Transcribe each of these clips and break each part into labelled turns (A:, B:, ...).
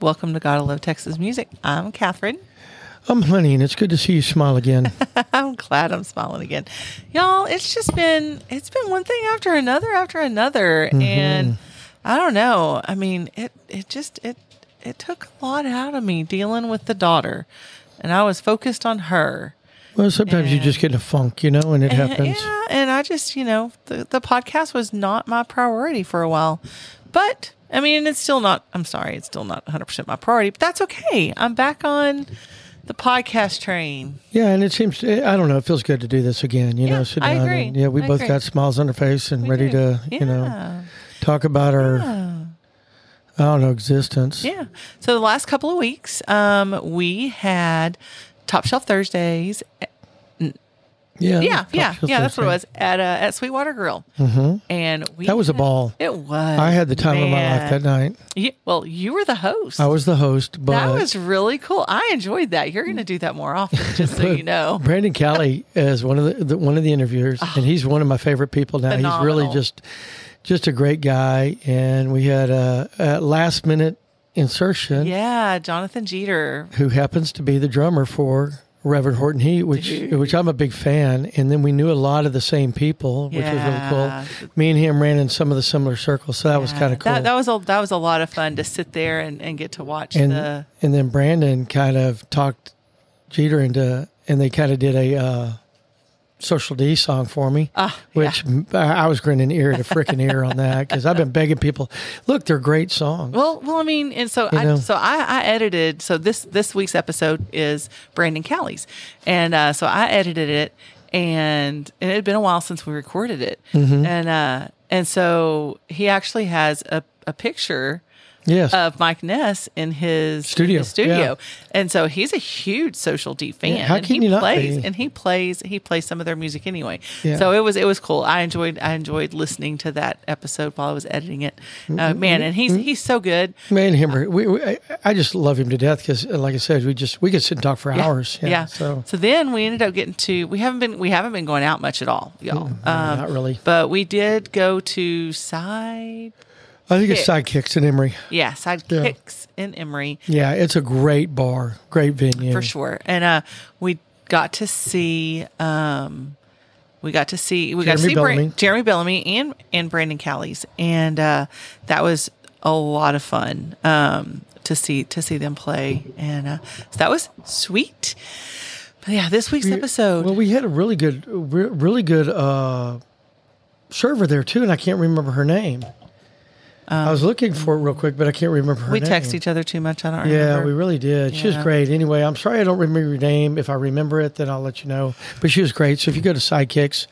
A: Welcome to Gotta Love Texas Music. I'm Catherine.
B: I'm honey, and it's good to see you smile again.
A: I'm glad I'm smiling again. Y'all, it's just been it's been one thing after another after another. And I don't know. I mean, it it just it it took a lot out of me dealing with the daughter. And I was focused on her.
B: Well, sometimes you just get in a funk, you know, and it happens.
A: Uh, Yeah, and I just, you know, the, the podcast was not my priority for a while. But I mean, it's still not, I'm sorry, it's still not 100% my priority, but that's okay. I'm back on the podcast train.
B: Yeah, and it seems eh, I don't know. It feels good to do this again. You
A: Yeah,
B: know, sit
A: I
B: down
A: agree.
B: and yeah, we
A: I
B: both
A: agree.
B: got smiles on our face and ready
A: do.
B: to you know
A: Yeah.
B: talk about our I don't know existence.
A: Yeah. So the last couple of weeks, um, we had Top Shelf Thursdays.
B: yeah,
A: Yeah,
B: Talk
A: yeah,
B: Show
A: yeah. That's what it
B: Oh, Thursday.
A: was at uh, at Sweetwater Grill, mm-hmm. and we
B: That was a
A: had-
B: ball.
A: It was.
B: I had the time of my life that night.
A: Yeah, well, you were the host.
B: I was the host, but
A: That was really cool. I enjoyed that. You're going to do that more often, just so
B: but
A: you know.
B: Brandon Kelly is one of the, the one of the interviewers, and he's one of my favorite people now. He's
A: Phenomenal.
B: really just just a great guy, and we had a, a last minute insertion.
A: Yeah, Jonathan Jeter.
B: who happens to be the drummer for Reverend Horton Heat, which which I'm a big fan. And then we knew a lot of the same people, which
A: Yeah.
B: was really cool. Me and him ran in some of the similar circles, so that was kind of cool.
A: That, that was a that was a lot of fun to sit there and, and get to watch
B: and
A: the
B: and then Brandon kind of talked Jeter into, and they kind of did a. Uh, Social D song for me, which m- I I was grinning ear to freaking ear on that because I've been begging people, look, they're great songs.
A: Well, well, I mean, and so I,
B: know.
A: so I, I edited. So this this week's episode is Brandon Callie's, and uh, so I edited it, and, and it had been a while since we recorded it,
B: Mm-hmm.
A: and uh, and so he actually has a a picture
B: yes,
A: of Mike Ness in his
B: Studio,
A: in his studio.
B: yeah.
A: And so he's a huge social D fan.
B: Yeah, how
A: and
B: can
A: he
B: you not
A: plays
B: be?
A: and he plays he plays some of their music anyway.
B: Yeah.
A: So it was it was cool. I enjoyed I enjoyed listening to that episode while I was editing it.
B: Mm-hmm,
A: Uh, man, and he's he's so good.
B: me and him, are- we, we, I- I just love him to death because, like I said, we just we could sit and talk for hours. Yeah, so
A: then we ended up getting to we haven't been we haven't been going out much at all, y'all. um,
B: not really.
A: But we did go to side
B: I think it's Sidekicks in Emory.
A: yeah, sidekicks in Emory.
B: Yeah, it's a great bar, great venue.
A: for sure. And uh, we got to see, um, we got to see, we got to
B: Jeremy
A: see Bra-
B: Bellamy.
A: Jeremy Bellamy and and Brandon Callies, and uh, that was a lot of fun um, to see to see them play, and uh, so that was sweet. But yeah, this week's episode.
B: Well, we had a really good, re- really good uh, server there too, and I can't remember her name. I was looking for it real quick, but I can't remember her
A: Um, we
B: name.
A: text each other too much. I don't
B: Yeah,
A: remember.
B: we really did. She was
A: Yeah.
B: great. Anyway, I'm sorry I don't remember your name. If I remember it, then I'll let you know. But she was great. So if you go to Sidekicks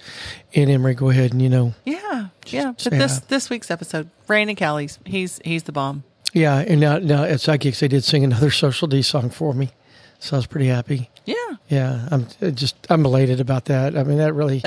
B: in Emory, go ahead and you know,
A: yeah, yeah. But
B: say
A: this
B: hi.
A: this week's episode, Brandon Callies, he's he's the bomb.
B: yeah. And now, now at Sidekicks, they did sing another Social D song for me, so I was pretty happy.
A: Yeah,
B: Yeah, I'm it just I'm elated about that. I mean, that really,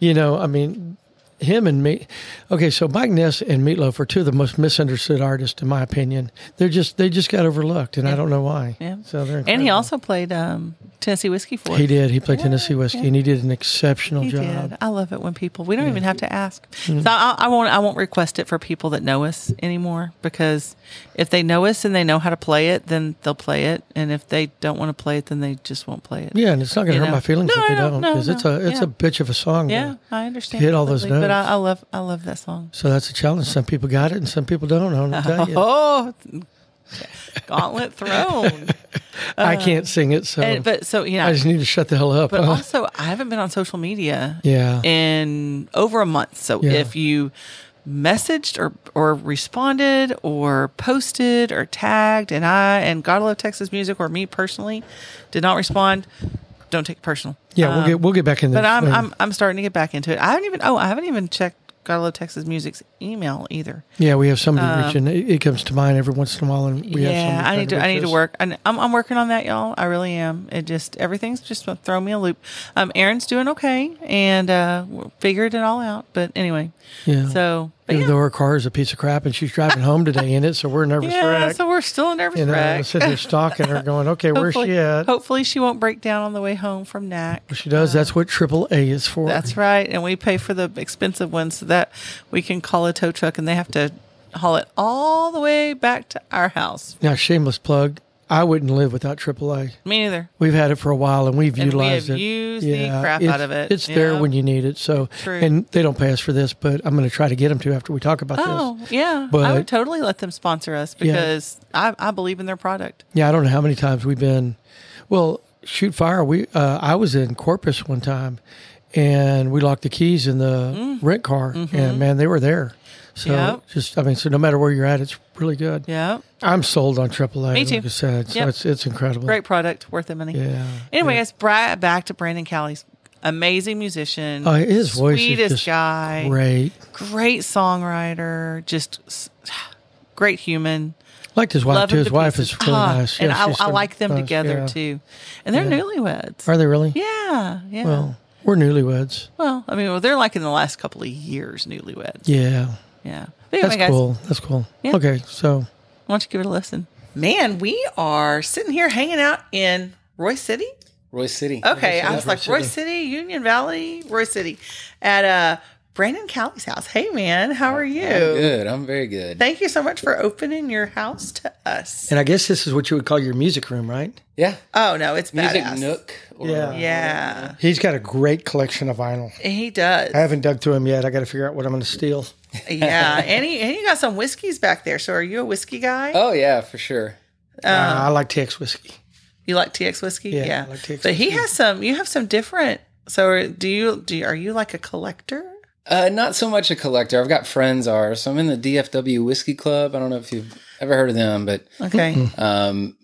B: you know, I mean, him and me. Okay, so Mike Ness and Meatloaf are two of the most misunderstood artists, in my opinion. They're just they just got overlooked, and I don't know why.
A: yeah.
B: So they're
A: and he
B: incredible.
A: also played um, Tennessee whiskey for us.
B: he did he played Tennessee whiskey, and he did an exceptional
A: He
B: job. Mm-hmm.
A: did. I love it when people. We don't even have to ask. So I, I won't. I won't request it for people that know us anymore because if they know us and they know how to play it, then they'll play it. And if they don't want to play it, then they just won't play it.
B: Yeah, and it's not going
A: You
B: to hurt
A: know.
B: my feelings
A: No,
B: if they
A: no,
B: don't
A: no,
B: because it's
A: no.
B: a it's
A: Yeah.
B: a bitch of a song.
A: Yeah,
B: though.
A: I understand.
B: Hit all those
A: completely, But
B: notes.
A: I, I love. I love that song.
B: So that's a challenge. Some people got it, and some people don't. I don't tell you.
A: Oh, gauntlet thrown.
B: I can't sing it, so
A: And, but so you know.
B: I just need to shut the hell up.
A: but also, I haven't been on social media
B: yeah.
A: in over a month. So
B: Yeah.
A: if you messaged or or responded or posted or tagged and I and God Love Texas Music or me personally did not respond, don't take it personal.
B: yeah, we'll
A: Um,
B: get we'll get back in there.
A: But I'm I'm I'm starting to get back into it. I haven't even oh I haven't even checked God Love Texas Music's email either.
B: Yeah, we have somebody reaching. It, it comes to mind every once in a while, and we have
A: Um, yeah,
B: somebody
A: I need
B: trying
A: to. I need
B: reach
A: to
B: us.
A: work. And I'm I'm working on that, y'all. I really am. It just everything's just throw me a loop. Um, Aaron's doing okay, and uh, we're- figured it all out. But anyway,
B: Yeah.
A: So, but
B: Even
A: yeah,
B: though her car is a piece of crap, and she's driving home today in it, so we're nervous
A: Yeah,
B: wreck.
A: so we're still a nervous
B: and I
A: wreck.
B: sit there stalking her, going, "Okay, where's
A: Hopefully,
B: she at?"
A: hopefully she won't break down on the way home from NAC.
B: If she does. That's what triple A is for.
A: That's right, and we pay for the expensive ones so that we can call a tow truck and they have to haul it all the way back to our house.
B: Now, shameless plug. I wouldn't live without AAA.
A: Me neither.
B: We've had it for a while and we've
A: And we have
B: utilized it.
A: used the crap
B: it's,
A: out of it,
B: It's
A: you
B: there
A: know?
B: when you need it. So,
A: True.
B: and they don't pass for this, but I'm going to try to get them to after we talk about
A: Oh,
B: this.
A: yeah. I
B: But-
A: would totally let them sponsor us because I, I believe in their product.
B: Yeah, I don't know how many times we've been. Well, shoot fire. We uh, I was in Corpus one time, and we locked the keys in the rent car, and man, they were there. So
A: Mm. Mm-hmm. Yep.
B: just I mean, so no matter where you're at, it's really good.
A: Yeah.
B: I'm sold on AAA.
A: Me too.
B: Like I said, so
A: Yep.
B: it's it's incredible.
A: Great product, worth the money.
B: Yeah.
A: Anyway, it's brought back to Brandon Cowley's amazing musician.
B: Oh, his voice is
A: sweetest
B: just
A: guy, great.
B: Great.
A: songwriter, just s- great human.
B: Liked his wife
A: Love
B: too.
A: him
B: His
A: to
B: wife
A: pieces.
B: is really
A: Ah,
B: nice.
A: and
B: Yeah, she's
A: I, I
B: so
A: like them
B: nice.
A: together
B: Yeah.
A: too, and they're newlyweds.
B: Are they really?
A: yeah, yeah.
B: Well, we're newlyweds.
A: Well, I mean, well, they're like in the last couple of years newlyweds.
B: Yeah.
A: Yeah. But
B: That's
A: anyway, guys,
B: cool. That's cool.
A: Yeah.
B: Okay, so
A: why don't you give it a listen? Man, we are sitting here hanging out in Roy City.
C: Roy City.
A: Okay, I
B: Roy
A: was like
B: City.
A: Roy City, Union Valley, Roy City, at uh, Brandon Cowley's house. Hey, man, how are you?
C: I'm good. I'm very good.
A: Thank you so much for opening your house to us.
B: and I guess this is what you would call your music room, right?
C: Yeah.
A: Oh no, it's
C: Music
A: badass.
C: Nook. Oh, Or,
B: Yeah.
A: Yeah,
B: He's got a great collection of vinyl.
A: he does.
B: I haven't dug through him yet. I got to figure out what I'm going to steal.
A: yeah, and he and he got some whiskeys back there. So are you a whiskey guy?
C: Oh yeah, for sure.
A: Oh.
B: Uh, I like Tex whiskey.
A: You like TX whiskey?
B: Yeah, I like TX
A: but he has some. You have some different. So do you? Do you, are you like a collector?
C: Uh, not so much a collector. I've got friends are. So I'm in the DFW Whiskey Club. I don't know if you've ever heard of them, but
A: Okay.
B: Mm-hmm.
C: um,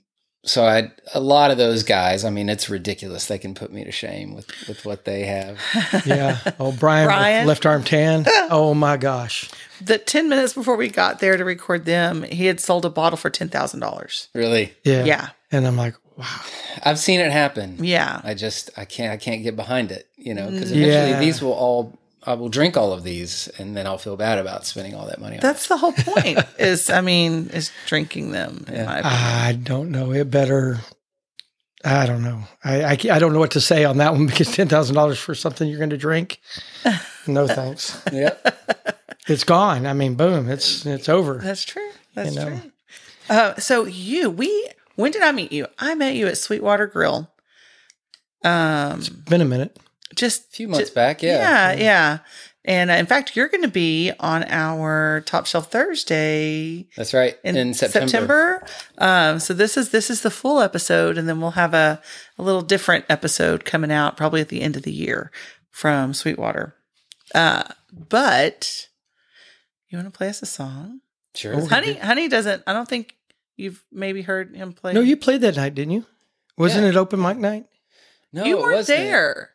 C: so I a lot of those guys. I mean, it's ridiculous. They can put me to shame with with what they have.
B: Yeah. Oh, Brian, with
A: Brian?
B: left arm tan. Oh my gosh.
A: The ten minutes before we got there to record them, he had sold a bottle for ten thousand dollars.
C: Really,
B: Yeah.
A: Yeah.
B: And I'm like, wow.
C: I've seen it happen.
A: Yeah.
C: I just I can't I can't get behind it. You know, because eventually
B: Mm, Yeah.
C: these will all. I will drink all of these, and then I'll feel bad about spending all that money. on
A: That's the whole point. is I mean, is drinking them. In my opinion.
B: I don't know. It better. I don't know. I, I, ca- I don't know what to say on that one because ten thousand dollars for something you're going to drink. No thanks.
C: it. Yep.
B: It's gone. I mean, boom. It's it's over.
A: That's true. That's
B: You know.
A: true. Uh, so you, we, when did I meet you? I met you at Sweetwater Grill. Um,
B: Been a minute.
A: just
C: A few months back. Yeah.
A: yeah, yeah. And uh, in fact, you're going to be on our Top Shelf Thursday
C: That's right.
A: in,
C: In, September.
A: September. Um, so this is this is the full episode, and then we'll have a, a little different episode coming out probably at the end of the year from Sweetwater. Uh, but you want to play us a song,
C: Sure.
B: Oh.
A: Honey? Honey doesn't. I don't think you've maybe heard him play.
B: No, you played that night, didn't you? Wasn't
C: Yeah.
B: it open mic night?
C: No,
A: you
C: it
A: weren't
C: wasn't.
A: there.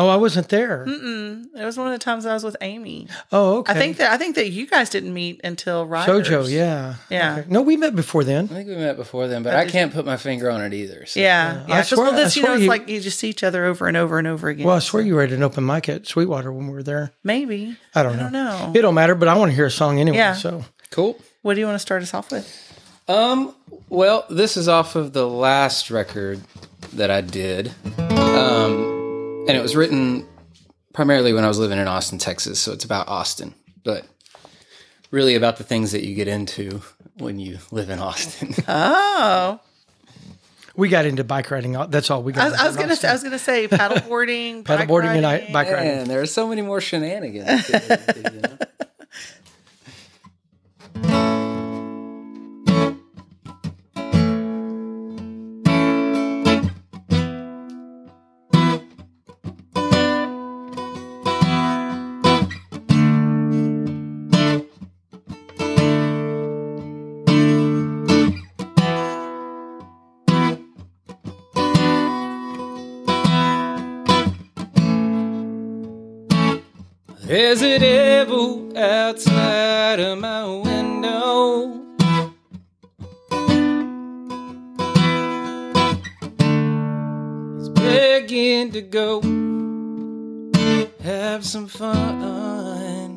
B: Oh, I wasn't there.
A: Mm-mm. It was one of the times I was with Amy.
B: Oh, okay.
A: Hmm. I think that I think that you guys didn't meet until Riders.
B: Sojo, yeah,
A: Yeah.
B: Okay. No, we met before then.
C: I think we met before then, but
A: I
C: I
A: just-
C: can't put my finger on it either. So.
A: Yeah,
B: Yeah.
A: yeah.
B: I
A: 'Cause,
B: swear-
A: well, this
B: I
A: you know,
B: swear
A: it's
B: you-
A: like you just see each other over and over and over again.
B: Well, I swear you were at an open mic at Sweetwater when we were there.
A: maybe
B: I don't
A: I
B: know.
A: don't know.
B: It don't matter, but I want to hear a song anyway.
A: Yeah.
B: So
C: Cool.
A: What do you want to start us off with?
C: Um. Well, this is off of the last record that I did, um, and it was written primarily when I was living in Austin, Texas. So it's about Austin, but really about the things that you get into when you live in Austin.
A: Oh,
B: we got into bike riding. That's all we
A: I
B: got.
A: was, I was gonna say, I was gonna say paddleboarding, bike
B: paddleboarding and I-
A: riding.
B: bike riding.
C: Man, there are so many more shenanigans. to it, you know? There's a devil outside of my window. He's begging to go have some fun.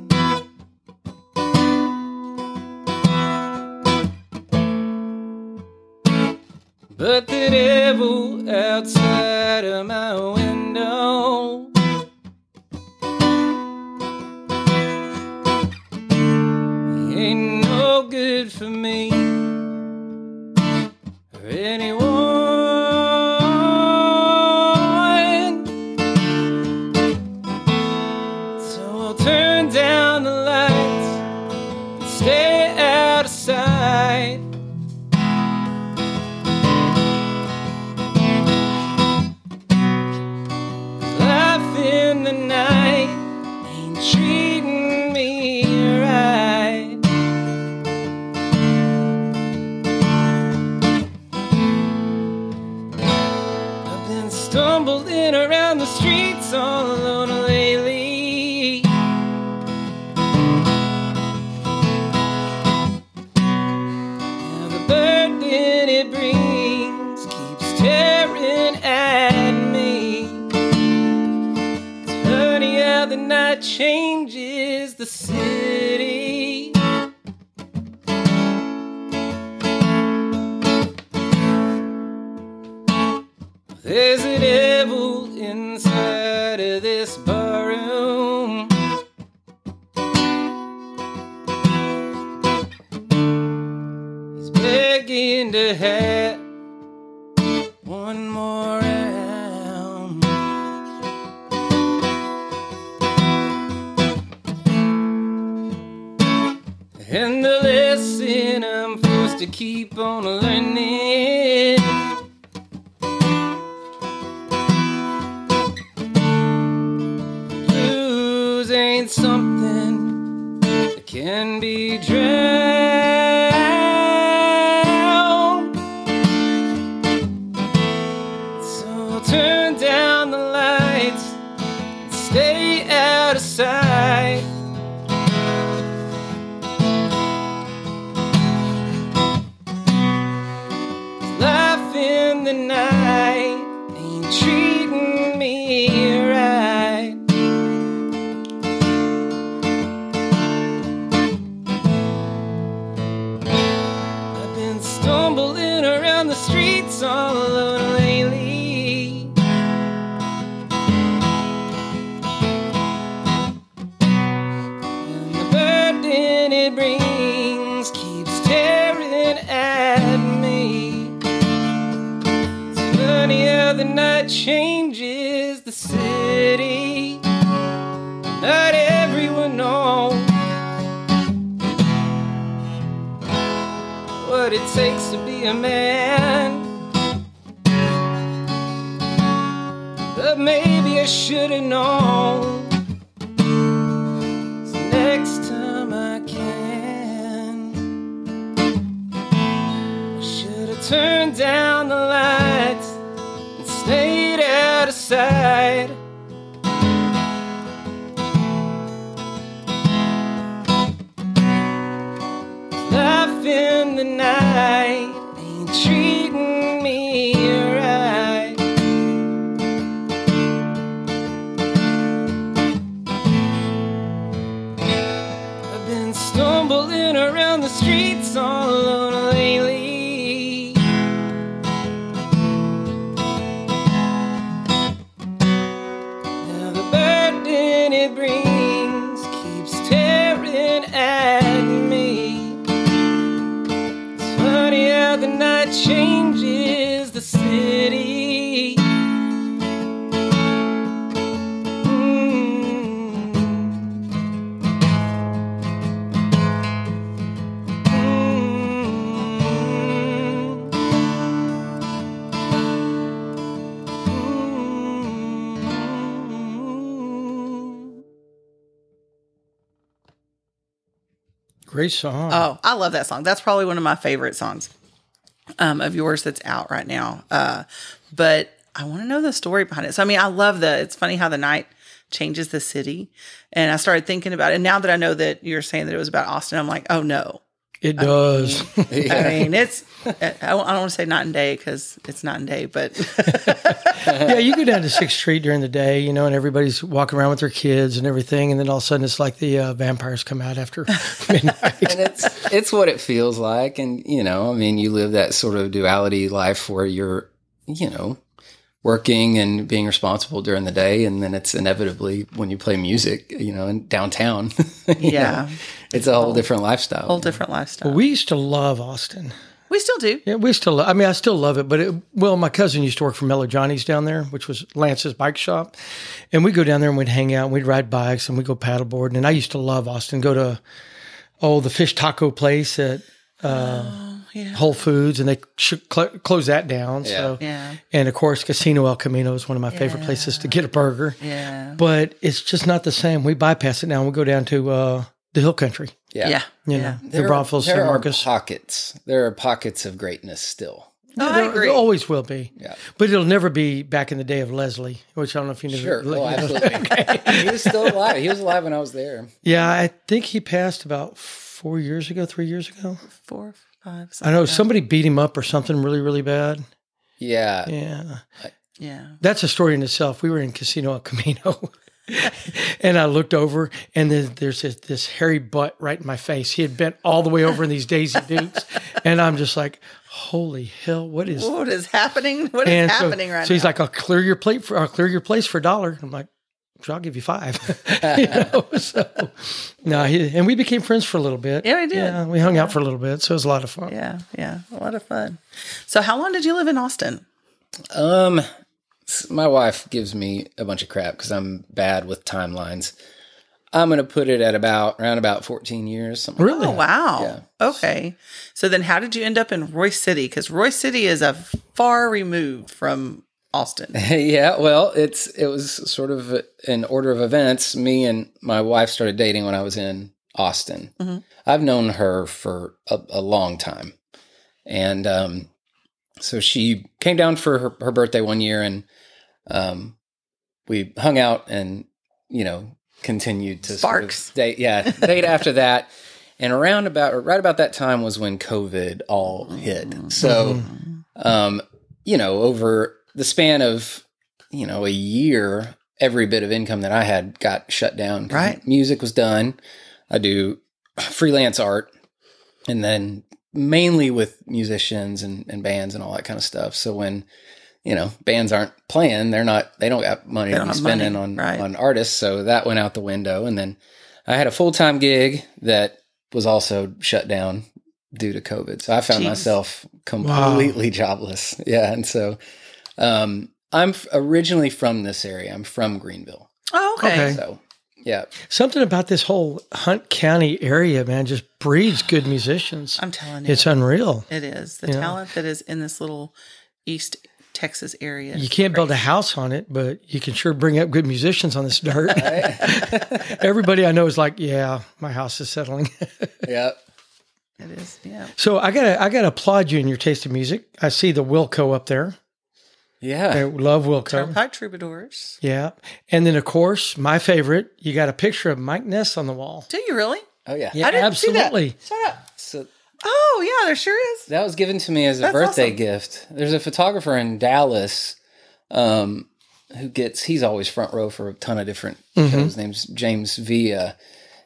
C: But the devil outside of my window. Ain't no treating me right. I've been stumbled in around the streets all alone lately. Now the burden it brings keeps tearing at me. It's funny how the night changes the city. There's a devil inside of this barroom. He's begging to have one more round. And the lesson I'm forced to keep on learning. Blues ain't something that can be drowned. So I'll turn down the lights and stay out of sight. Life in the night ain't treating me right. I've been stumbling around the streets all alone lately. And the burden it brings keeps tearing at me. It's funny how the night changes the city. Not everyone knows. what it takes to be a man. But maybe I should have known. So next time I can, I should have turned down the lights and stayed out of sight. Life in the night ain't treating me right. I've been stumbling around the streets all alone lately. Now the burden it brings keeps tearing at me. It's funny how the night changes the city. Mm. Mm. Mm.
B: Great song.
A: Oh, I love that song. That's probably one of my favorite songs um, of yours that's out right now. Uh, but I want to know the story behind it. So, I mean, I love the, it's funny how the night changes the city. And I started thinking about it. And now that I know that you're saying that it was about Austin, I'm like, oh no.
B: it does.
A: I mean, it's, I I don't want to say night and day because it's night and day, but
B: yeah, you go down to Sixth Street during the day, you know, and everybody's walking around with their kids and everything, and then all of a sudden it's like the uh, vampires come out after midnight.
C: and it's it's what it feels like and you know i mean you live that sort of duality life where you're you know working and being responsible during the day and then it's inevitably when you play music you know in downtown you
A: Yeah.
C: know, it's a whole different lifestyle
A: whole different lifestyle.
B: we used to love Austin.
A: We still do.
B: Yeah, we still. I mean, I still love it. But it, well, my cousin used to work for Mellow Johnny's down there, which was Lance's bike shop, and we'd go down there and we'd hang out and we'd ride bikes and we'd go paddleboarding. And I used to love Austin. Go to oh the fish taco place at uh,
A: yeah.
B: Whole Foods, and they sh- cl- closed that down. So,
A: Yeah.
B: and of course, Casino El Camino is one of my favorite
A: Yeah.
B: places to get a burger,
A: Yeah.
B: but it's just not the same. We bypass it now. and We go down to uh, the Hill Country.
A: Yeah.
C: yeah.
B: You know, the Braunfels,
C: there
B: San
C: are
B: Marcos.
C: pockets. There are pockets of greatness still.
A: No, Oh, I
B: There-
A: agree.
B: There always will be.
C: Yeah.
B: But it'll never be back in the day of Leslie, which I don't know if you knew.
C: Sure. Oh, absolutely. he was still alive. He was alive when I was there.
B: Yeah, I think he passed about four years ago, three years ago.
A: Four, five.
B: I know somebody beat him up or something really, really bad.
C: Yeah.
B: Yeah.
A: Yeah.
B: That's a story in itself. We were in Casino El Camino. and I looked over, and then there's this, this hairy butt right in my face. He had bent all the way over in these Daisy Dukes, and I'm just like, "Holy hell, what is
A: What is happening? What is
B: And so,
A: happening right
B: so he's
A: now?
B: like, I'll clear your plate for I'll clear your place for a dollar. I'm like, sure, I'll give you five. you know, so no, he, and we became friends for a little bit.
A: Yeah, we did.
B: Yeah, we hung out for a little bit, so it was a lot of fun.
A: yeah, yeah, a lot of fun. So, how long did you live in Austin?
C: Um, s- my wife gives me a bunch of crap because I'm bad with timelines. I'm gonna put it at about around about 14 years. Something.
B: Really?
A: Oh, wow.
C: Yeah.
A: Okay. So then, how did you end up in Roy City? Because Roy City is a far removed from Austin.
C: yeah. Well, it's it was sort of an order of events. Me and my wife started dating when I was in Austin.
A: Mhm.
C: I've known her for a, a long time, and um, so she came down for her, her birthday one year, and um, we hung out, and you know, continued to sort of
A: Sparks.
C: date. Yeah, date after that. And around about, or right about that time was when COVID all hit. So, um, you know, over the span of, you know, a year, every bit of income that I had got shut down.
A: Right.
C: Music was done. I do freelance art and then mainly with musicians and, and bands and all that kind of stuff. So when, you know, bands aren't playing, they're not, they don't got money
A: They
C: to
A: don't
C: be
A: have money,
C: spending on,
A: right.
C: on artists. So that went out the window. And then I had a full time gig that was also shut down due to COVID. So I found
A: Jeez.
C: myself completely jobless. Yeah. And so um, I'm f- originally from this area. I'm from Greenville.
A: Oh, okay.
B: Okay.
C: So yeah.
B: Something about this whole Hunt County area, man, just breeds good musicians.
A: I'm telling you,
B: It's unreal.
A: it is the
B: Yeah.
A: talent that is in this little East Texas area.
B: You can't build a house on it, but you can sure bring up good musicians on this dirt. Everybody I know is like, "Yeah, my house is settling."
C: Yeah.
A: It is, yeah.
B: So I gotta I gotta applaud you in your taste of music. I see the Wilco up there. I
C: Yeah.
B: love Wilco.
A: Turnpike troubadours.
B: Yeah. And then of course, my favorite, you got a picture of Mike Ness on the wall.
A: Do you really?
C: Oh, yeah.
B: Yeah, absolutely.
A: See that. Shut up.
C: So
A: Oh, yeah, there sure is.
C: that was given to me as a
A: That's
C: birthday
A: awesome.
C: gift. There's a photographer in Dallas um, who gets, he's always front row for a ton of different shows. His name's James Villa.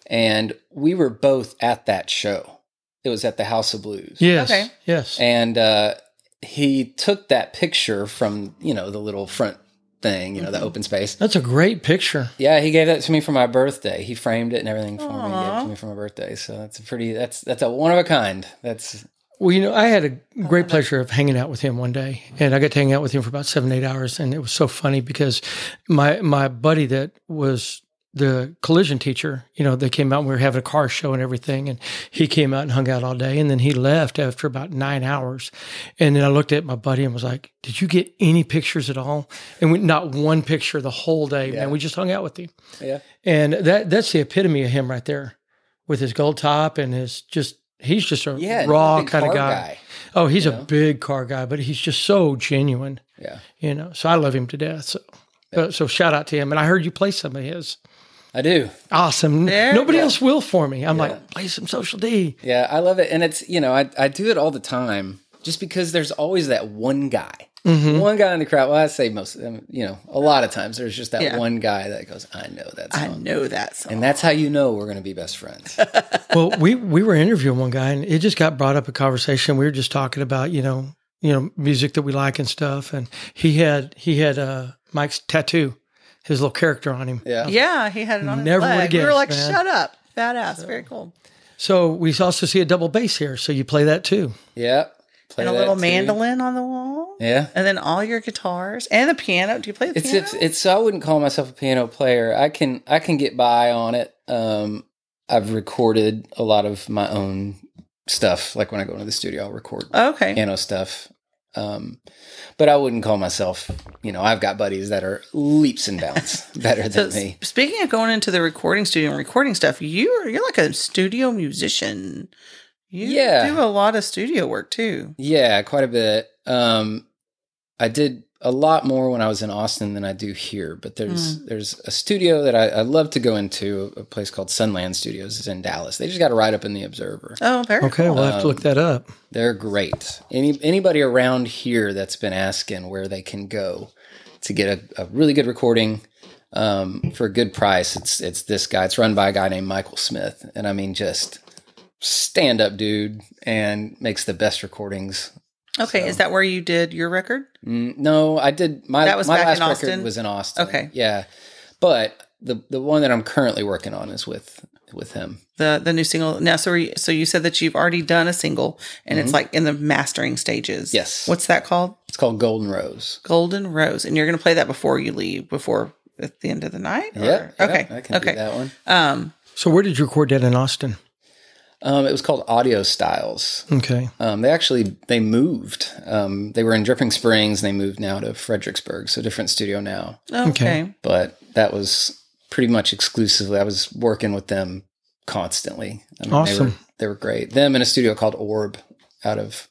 C: And we were both at that show. It was at the House of Blues.
B: Yes.
A: Okay.
B: Yes.
C: and uh, he took that picture from you know the little front thing, you know
A: Mm-hmm.
C: the open space.
B: That's a great picture.
C: Yeah, he gave that to me for my birthday. He framed it and everything for me, and gave it
A: Aw.
C: to me for my birthday. So that's a pretty. That's that's a one of a kind. That's
B: Well, you know, I had a great pleasure of hanging out with him one day, and I got to hang out with him for about seven, eight hours, and it was so funny because my my buddy that was the collision teacher, you know, they came out and we were having a car show and everything, and he came out and hung out all day, and then he left after about nine hours, and then I looked at my buddy and was like, "Did you get any pictures at all?" And we, not one picture the whole day, man. We just hung out with him,
C: yeah.
B: and that that's the epitome of him right there, with his gold top and his just. He's just a
C: Yeah,
B: raw
C: big
B: kind of
C: car
B: guy. Oh, he's a big car guy, but he's just so genuine,
C: Yeah,
B: you know. So I love him to death. So, but- so shout out to him. And I heard you play some of his.
C: I do.
B: Awesome.
A: There
B: Nobody
A: you
B: else will for me. I'm like, play some Social D.
C: Yeah, I love it, and it's you know I I do it all the time just because there's always that one guy.
A: Mm-hmm.
C: One guy in the crowd. Well, I say most, um, you know, a lot of times there's just that
A: Yeah.
C: one guy that goes, "I know that
A: I
C: song,"
A: know that song.
C: and that's how you know we're going to be best friends.
B: well, we we were interviewing one guy, and it just got brought up in conversation. We were just talking about you know you know music that we like and stuff, and he had he had uh, Mike's tattoo, his little character on him.
C: Yeah,
A: yeah, he had it on
B: Never
A: his leg.
B: would've
A: we were
B: guessed,
A: like,
B: man.
A: shut up. Badass. Very cool.
B: So we also see a double bass here. So you play that too.
C: Yeah. Play
A: and a
C: that
A: little
C: too.
A: mandolin on the wall.
C: Yeah.
A: And then all your guitars and the piano. Do you play the
C: It's,
A: piano?
C: it's it's I wouldn't call myself a piano player. I can I can get by on it. Um I've recorded a lot of my own stuff. Like when I go into the studio, I'll record
A: Oh, Okay.
C: piano stuff. Um, but I wouldn't call myself, you know, I've got buddies that are leaps and bounds better
A: So
C: than me.
A: s- speaking of going into the recording studio and recording stuff, you're you're like a studio musician. You
C: Yeah.
A: do a lot of studio work too.
C: Yeah, quite a bit. Um, I did a lot more when I was in Austin than I do here. But there's there's a studio that I, I love to go into, a place called Sunland Studios. is in Dallas. They just got a write up in the Observer.
A: Oh, very
B: Okay,
A: cool.
B: we'll have to look that up.
C: They're great. Any anybody around here that's been asking where they can go to get a, a really good recording um, for a good price, it's it's this guy. It's run by a guy named Michael Smith, and I mean just stand up dude and makes the best recordings.
A: okay,
C: so-
A: is that where you did your record?
C: Mm, no, I did my
A: That was
C: my
A: back
C: last
A: in
C: record
A: Austin?
C: was in Austin.
A: Okay.
C: yeah, but the the one that I'm currently working on is with with him.
A: The the new single. Now, so you, so you said that you've already done a single, and it's like in the mastering stages.
C: Mm-hmm. Yes.
A: What's that called?
C: It's called Golden Rose.
A: Golden Rose, and you're going to play that before you leave, before at the end of the night. or-
C: Yep, yep,
A: Okay.
C: I can
A: okay.
C: do that one.
A: Um.
B: So where did you record that in Austin?
C: Um, it was called Audio Styles.
B: Okay.
C: Um, they actually they moved. Um, they were in Dripping Springs. And they moved now to Fredericksburg, so different studio now.
A: Okay.
C: But that was pretty much exclusively. I was working with them constantly. I mean, They were,
B: Awesome.
C: they were great. Them in a studio called Orb, out of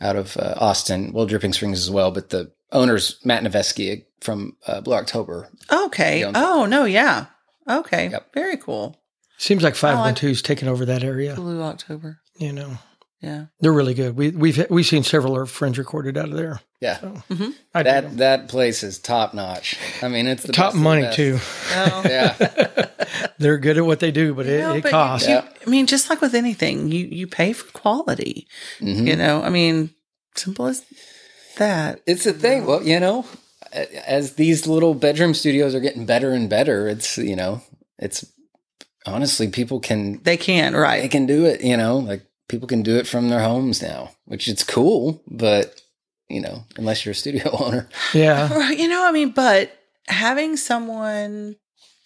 C: out of uh, Austin. Well, Dripping Springs as well. But the owners Matt Nevesky from uh, Blue October.
A: Okay.
C: Yeah.
A: Oh no. Yeah. Okay.
C: Yep.
A: Very cool.
B: Seems like
A: I-
B: 512's taking over that area,
A: Blue October.
B: you know.
A: Yeah.
B: They're really good. We we've we've seen several of our friends recorded out of there.
C: Yeah,
B: Oh, I dig 'em.
C: that that place is top notch. I mean, it's the
B: top
C: best of the
B: money
C: best.
B: too.
A: Oh.
C: Yeah,
B: They're good at what they do, but it,
A: No,
B: it
A: but you-
B: costs.
A: you-
C: Yeah.
A: I mean, just like with anything, you you pay for quality.
C: Mhm.
B: Mm-hmm.
A: You know, I mean, simple as that.
C: It's a thing. Well, you know, a- as these little bedroom studios are getting better and better, it's you know, it's honestly people can
A: They can,
C: they
A: right?
C: can do it. You know, like people can do it from their homes now, which it's cool. But you know, unless you're a studio owner,
B: Yeah.
A: Right. You know, I mean, but having someone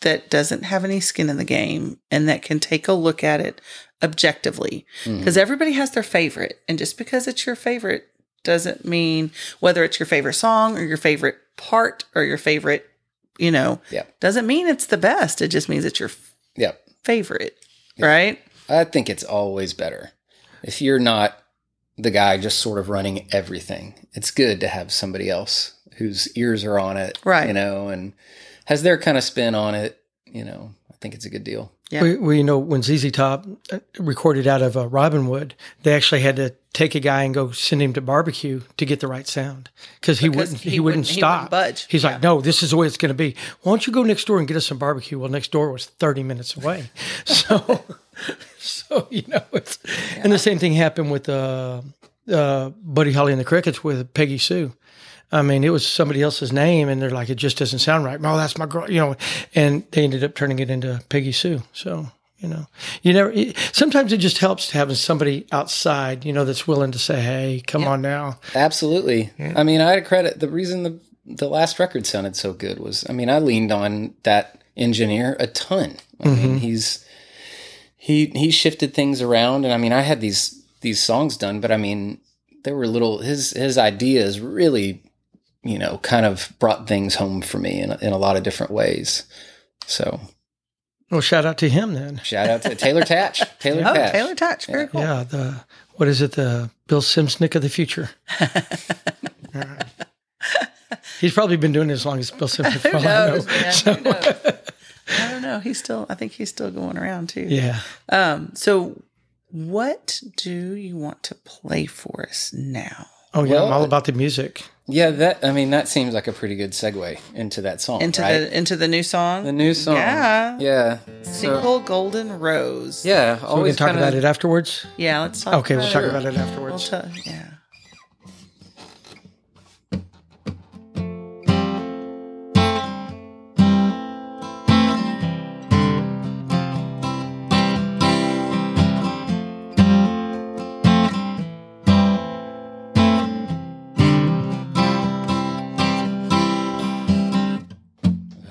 A: that doesn't have any skin in the game and that can take a look at it objectively, because everybody has their favorite, and just because it's your favorite doesn't mean whether it's your favorite song or your favorite part or your favorite, you know,
C: Yeah.
A: doesn't mean it's the best. It just means it's your
C: yeah,
A: favorite, right?
C: I think it's always better if you're not the guy just sort of running everything. It's good to have somebody else whose ears are on it,
A: Right.
C: You know, and has their kind of spin on it. You know, I think it's a good deal.
A: Yeah.
B: We, we, you know, when ZZ Top uh, recorded out of uh, Robinwood, they actually had to take a guy and go send him to barbecue to get the right sound because he wouldn't he,
A: he
B: wouldn't
A: wouldn't- he wouldn't
B: stop.
A: budge.
B: He's like, no, this is the way it's going to be. Why don't you go next door and get us some barbecue? Well, next door was thirty minutes away, so so you know it's. And the same thing happened with uh, uh, Buddy Holly and the Crickets with Peggy Sue. I mean, it was somebody else's name, and they're like, it just doesn't sound right. Oh, that's my girl, you know. And they ended up turning it into Peggy Sue. So you know, you never. It, sometimes it just helps having somebody outside, you know, that's willing to say, "Hey, come on now."
C: Absolutely. I mean, I had a credit. The reason the the last record sounded so good was, I mean, I leaned on that engineer a ton. I
A: Mm-hmm.
C: mean, he's he he shifted things around, and I mean, I had these these songs done, but I mean, there were little his his ideas really, you know, kind of brought things home for me in in a lot of different ways. So
B: Well, shout out to him then.
C: shout out to Taylor Tatch, Taylor
A: Oh,
C: Tatch,
A: Taylor Touch. Very cool.
B: Yeah, the what is it? The Bill Simsnick of the future. All right. He's probably been doing it as long as Bill Simsnick. for
A: Who
B: all I know.
A: knows? man? Who knows? I don't know. He's still. I think he's still going around too.
B: Yeah.
A: Um. So, what do you want to play for us now?
B: Oh yeah, I'm
C: Well,
B: all about the music.
C: Yeah, that I mean, that seems like a pretty good segue into that song.
A: Into
C: right?
A: the into the new song,
C: The new song.
A: Yeah.
C: Yeah.
A: single "Golden Rose."
C: Yeah.
B: So we
C: always
B: can talk
C: kinda-
B: about it afterwards.
A: Yeah. Let's talk.
B: Okay,
A: about
B: we'll
A: it.
B: talk about it
A: We'll
B: afterwards.
A: talk. Yeah.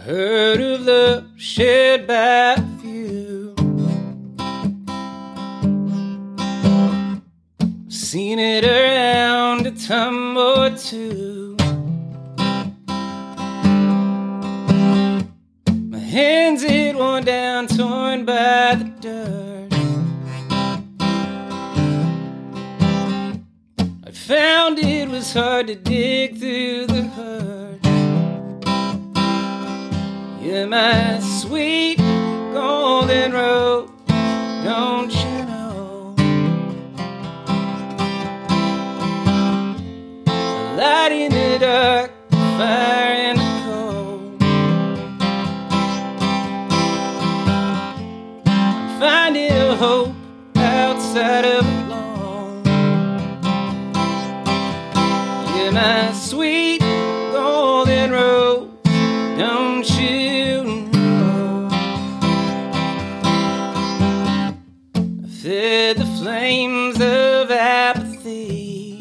C: Heard of love shared by few. some more too. My hands it worn down, torn by the dirt. I found it was hard to dig through the hurt. You're my sweet golden rose, don't you know? A light in the dark, fire in the cold. I'm finding a hope outside of alone. You're my sweet golden rose, don't you know? I fed the flames of apathy.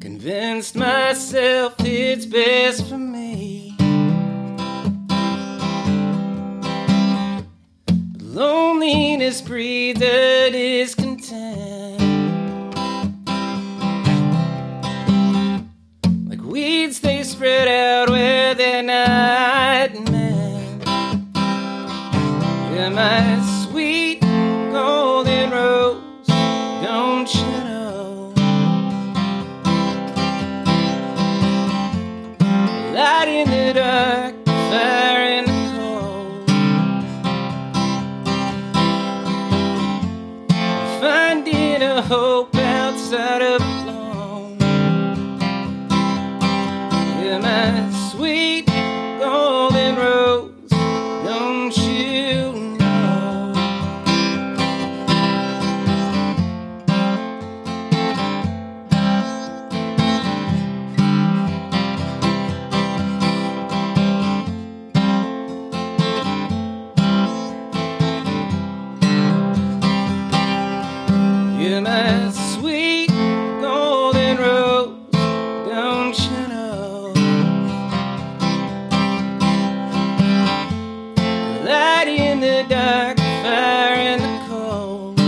C: Convinced myself it's best for me. But loneliness breeds a discontent. Like weeds, they spread out where they're not meant. You're my sweet golden rose, don't you know? Light in the dark, fire in the cold. Finding a hope outside of alone. You're my sweet golden rose, don't you know? You're my sweet golden rose, don't you know? Light in the dark, fire in the cold.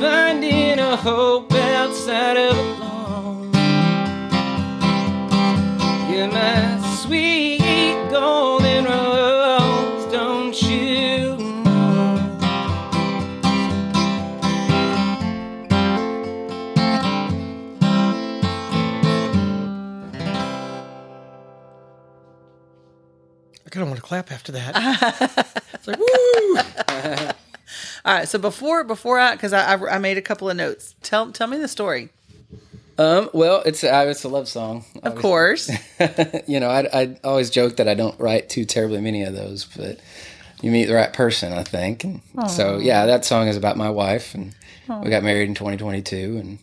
C: Finding a hope outside of alone. You're my sweet golden rose, don't you know?
B: I kind of want to clap after that. it's like, woo!
A: All right. So before before I because I, I I made a couple of notes. Tell tell me the story.
C: Um, well, it's uh, it's a love song.
A: Of course.
C: you know, I, I always joke that I don't write too terribly many of those, but you meet the right person, I think. And so, yeah, that song is about my wife, and we got married in 2022, and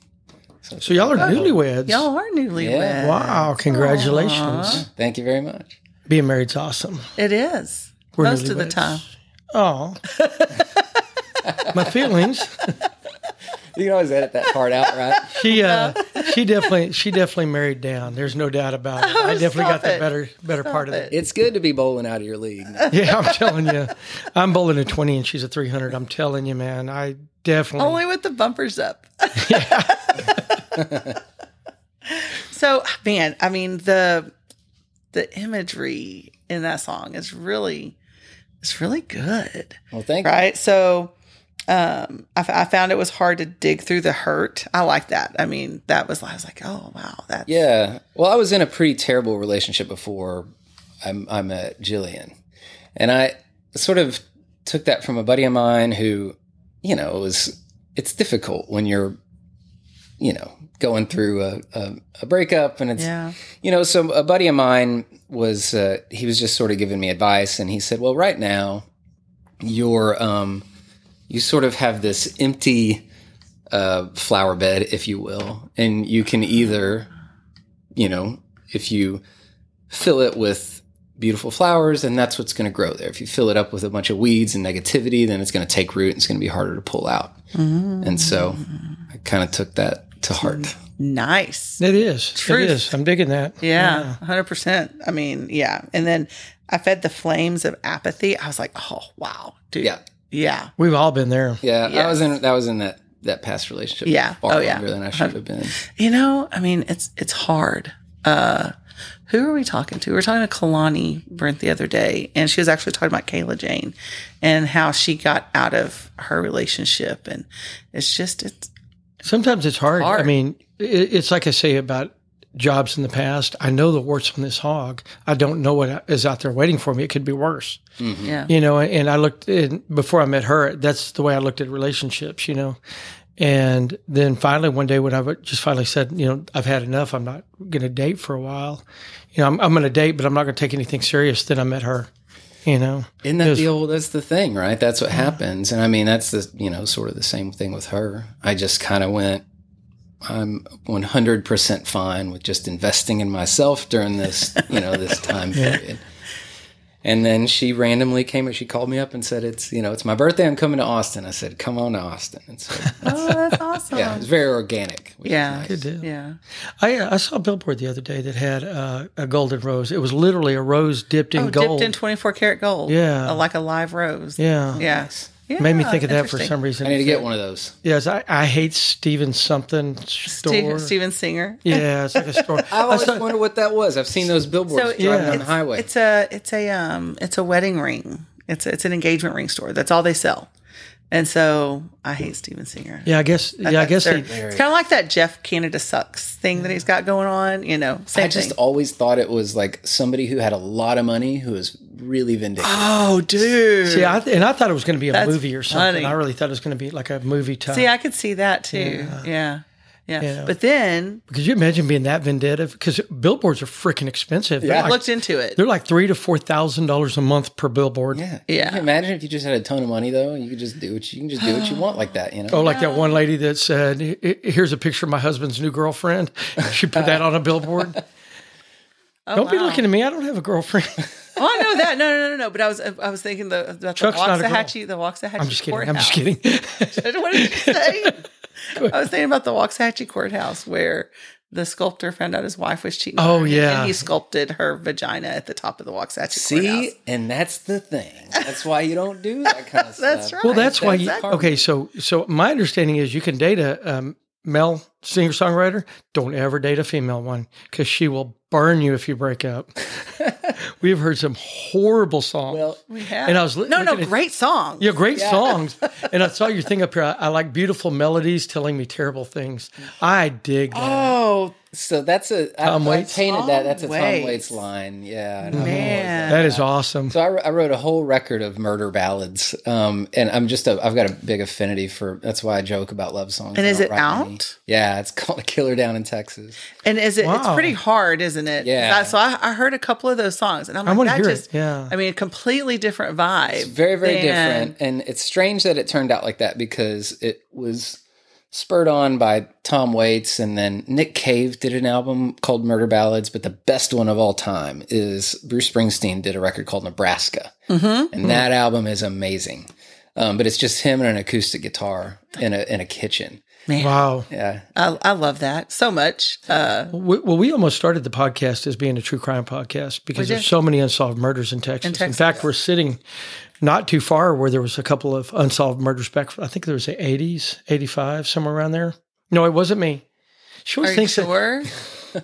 B: So y'all are newlyweds.
A: Y'all are newlyweds.
C: Yeah.
B: Wow, congratulations.
C: thank you very much.
B: Being married's awesome.
A: It is.
B: We're
A: Most of the time.
B: newlyweds. Oh. My feelings.
C: You can always edit that part out, right?
B: She uh, she definitely she definitely married down. There's no doubt about it. I definitely got
A: stop
B: the
A: it.
B: better better part of it.
C: It's good to be bowling out of your league.
B: Yeah, I'm telling you. I'm bowling a 20 and she's a 300. I'm telling you, man. I definitely
A: Only with the bumpers up. so man, I mean the the imagery in that song is really it's really good.
C: Well, thank you.
A: Right. So um I, f- I found it was hard to dig through the hurt. I like that. I mean, that was I was like, oh wow, that's
C: Yeah. Well, I was in a pretty terrible relationship before I, I met Jillian. And I sort of took that from a buddy of mine who, you know, was, it's difficult when you're, you know, going through a, a, a breakup and it's,
A: Yeah.
C: you know, so a buddy of mine was, uh, he was just sort of giving me advice and he said, well, right now you're, um, you sort of have this empty, uh, flower bed, if you will, and you can either, you know, if you fill it with beautiful flowers, then that's what's going to grow there. If you fill it up with a bunch of weeds and negativity, then it's going to take root and it's going to be harder to pull out. And so I kind of took that to heart.
A: nice.
B: it is.
A: Truth.
B: It is. I'm digging that.
A: Yeah, hundred percent. I mean, yeah. And then I fed the flames of apathy. I was like, oh wow, dude,
C: Yeah.
A: Yeah.
B: We've all been there.
C: Yeah, I was
A: Yes.
C: in. That was in that that past relationship.
A: Yeah.
C: far
A: Oh, yeah.
C: longer than I should have been.
A: You know, I mean, it's it's hard. Uh, who are we talking to? We were talking to Kalani Brent the other day, and she was actually talking about Kayla Jane and how she got out of her relationship, and it's just it's
B: Sometimes it's hard.
A: Hard.
B: I mean, it, it's like I say about jobs in the past. I know the warts on this hog. I don't know what is out there waiting for me. It could be worse,
A: yeah
B: you know. And I looked and before I met her. That's the way I looked at relationships, you know. And then finally, one day, when I would- just finally said, you know, I've had enough. I'm not going to date for a while. You know, I'm, I'm going to date, but I'm not going to take anything serious. Then I met her, you know.
C: Isn't that
B: Yes.
C: the old? That's the thing, right? That's
A: Mm-hmm.
C: what happens. And I mean, that's the you know sort of the same thing with her. I just kind of went. I'm 100 percent fine with just investing in myself during this you know this time period. And then she randomly came and she called me up and said, "It's you know it's my birthday. I'm coming to Austin." I said, "Come on to Austin." And so
A: oh that's awesome
C: yeah, it
A: yeah
C: was very organic. which is
A: yeah
C: nice.
B: deal.
A: yeah
B: I, uh, I saw a billboard the other day that had uh, a golden rose. It was literally a rose dipped in
A: oh
B: gold.
A: dipped in twenty four karat gold
B: Yeah.
A: Uh, like a live rose
B: yeah.
A: yeah, Yeah,
B: Made me think of that for
A: Oh, interesting.
B: some reason.
C: I need to get one of those.
B: Yes, I, I hate Steven something store.
A: Ste- Steven Singer
B: Yeah, it's like a store.
C: I always
B: saw-
C: wonder what that was. I've seen those billboards
A: So
C: driving
A: yeah.
C: on the
A: it's-
C: highway.
A: It's a it's a um it's a wedding ring. It's a, it's an engagement ring store. That's all they sell. And so I hate Steven Singer.
B: yeah, I guess. Yeah, I guess.
A: They're-
B: They,
A: it's kind of like that Jeff Canada sucks thing that he's got going on. You know, same
C: I just
A: thing.
C: always thought it was like somebody who had a lot of money who was really vindictive.
A: oh, dude. See,
B: see,
A: I,
B: I, and I thought it was going to be a
A: That's
B: movie or something.
A: funny.
B: I really thought it was going to be like a movie type.
A: could see that too. Yeah. Yeah.
B: Yeah.
A: But then
B: Could you imagine being that vindictive? Because billboards are freaking expensive. They're
C: Yeah.
A: I
B: like,
A: looked into it.
B: they're like three to four thousand dollars a month per billboard.
C: yeah.
A: Yeah.
C: Can you imagine if you just had a ton of money though, and you could just do what you, you can just do what you want like that, you know?
B: Oh, like that one lady that said, "H- h- "Here's a picture of my husband's new girlfriend." She put that on a billboard. don't be looking at me. I don't have a girlfriend.
A: Oh, I know that. No, no, no, no. But I was I was thinking the about the
B: Chuck's not a girl.
A: Waxahachie, the Waxahachie.
B: I'm just kidding. I'm just kidding.
A: what did you say? I was thinking about the Waxahachie courthouse where the sculptor found out his wife was cheating. on
B: Oh,
A: him,
B: yeah.
A: and he sculpted her vagina at the top of the Waxahachie courthouse.
C: See, and that's the thing. That's why you don't do that kind of stuff.
A: That's right.
B: Well, that's why. You,
A: Exactly.
B: okay, so so my understanding is you can date a um, male singer songwriter. Don't ever date a female one because she will burn you if you break up. We've heard some horrible songs.
C: Well,
A: We have.
B: And I was li-
A: no, no,
B: looking at-
A: great song.
B: yeah, great songs. And I saw your thing up here. I, I like beautiful melodies telling me terrible things. I dig that.
A: Mm. Oh
C: so that's a I-
B: Tom
C: I
B: Waits?
C: painted that. That's a Tom
A: Waits.
C: Waits line. Yeah. and I'm always
A: man,
B: that is awesome.
C: So I, wr- I wrote a whole record of murder ballads, um, and I'm just a I've got a big affinity for. That's why I joke about love songs.
A: And
C: I
A: is
C: don't
A: it
C: write many.
A: out?
C: Yeah, it's called "A Killer Down in Texas."
A: and is it? It's
B: Wow.
A: pretty hard, isn't it?
C: Yeah.
A: That- so I, I heard a couple of those songs, and I'm like,
B: wanna
A: that
B: hear it,
A: just,
B: yeah.
A: I mean, a completely different vibe.
C: Very, very
A: than-
C: different, and it's strange that it turned out like that because it was spurred on by Tom Waits, and then Nick Cave did an album called Murder Ballads. But the best one of all time is Bruce Springsteen did a record called Nebraska,
A: Mm-hmm.
C: and that album is amazing. Um, but it's just him and an acoustic guitar in a in a kitchen.
B: Wow.
C: Yeah,
A: I, I love that so much. Uh,
B: We, well, we almost started the podcast as being a true crime podcast because
A: did.
B: there's so many unsolved murders in Texas. In,
A: Texas.
B: fact, we're sitting not too far where there was a couple of unsolved murders back. I think there was the 80s, 85, somewhere around there. No, it wasn't me. She
A: are
B: always
A: you
B: thinks that,
A: sure?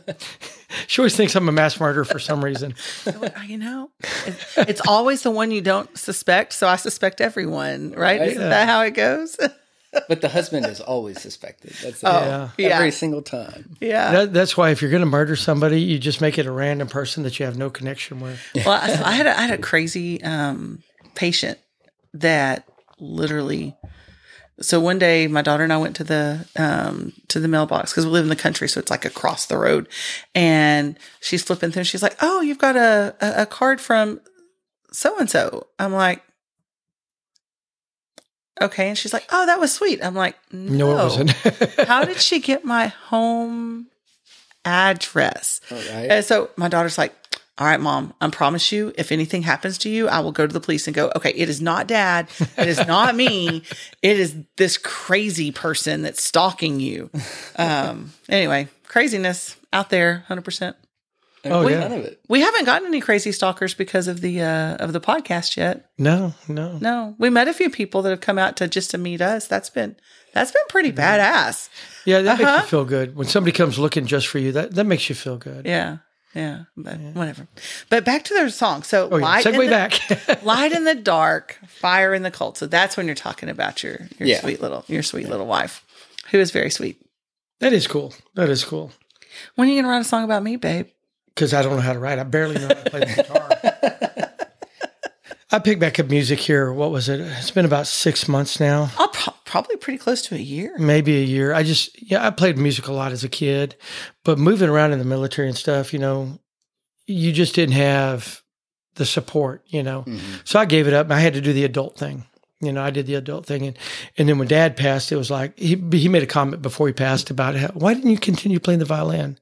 B: she always thinks I'm a mass murderer for some reason.
A: Well, you know, it's- it's always the one you don't suspect. So I suspect everyone, right? Isn't that how it goes?
C: But the husband is always suspected. That's the
A: Oh,
C: every
A: yeah.
C: single time.
A: yeah.
B: That, that's why if you're going to murder somebody, you just make it a random person that you have no connection with.
A: well, I, so I had a, I had a crazy um, patient that literally. So one day, my daughter and I went to the um, to the mailbox because we live in the country, so it's like across the road. And she's flipping through. She's like, "Oh, you've got a a, a card from so and so." I'm like. Okay, and she's like, "Oh, that was sweet." I'm like,
B: No,
A: "No,
B: it wasn't.
A: How did she get my home address?"
C: All right.
A: And so my daughter's like, all right, mom, I promise you, if anything happens to you, I will go to the police and go, okay, it is not dad. It is not me. It is this crazy person that's stalking you. Um, anyway, craziness out there, 100%.
B: Oh,
C: we,
B: yeah.
C: none of it.
A: We haven't gotten any crazy stalkers because of the uh, of the podcast yet.
B: No, no.
A: No, we met a few people that have come out to just to meet us. That's been that's been pretty badass.
B: Yeah, that makes
A: Uh-huh.
B: you feel good when somebody comes looking just for you. That that makes you feel good.
A: Yeah, yeah, but whatever. But back to their song. So
B: Oh, yeah.
A: light in
B: Segue
A: the,
B: back.
A: light in the dark, fire in the cold. So that's when you're talking about your your
C: Yeah.
A: sweet little your sweet little wife, who is very sweet.
B: that is cool. That is cool.
A: When are you gonna write a song about me, babe?
B: Because I don't know how to write. I barely know how to play the guitar. I picked back up music here. What was it? It's been about six months now.
A: I'll pro- probably pretty close to a year.
B: maybe a year. I just yeah, I played music a lot as a kid, but moving around in the military and stuff, you know, you just didn't have the support, you know. So I gave it up. and I had to do the adult thing. You know, I did the adult thing, and and then when Dad passed, it was like he he made a comment before he passed about how, why didn't you continue playing the violin.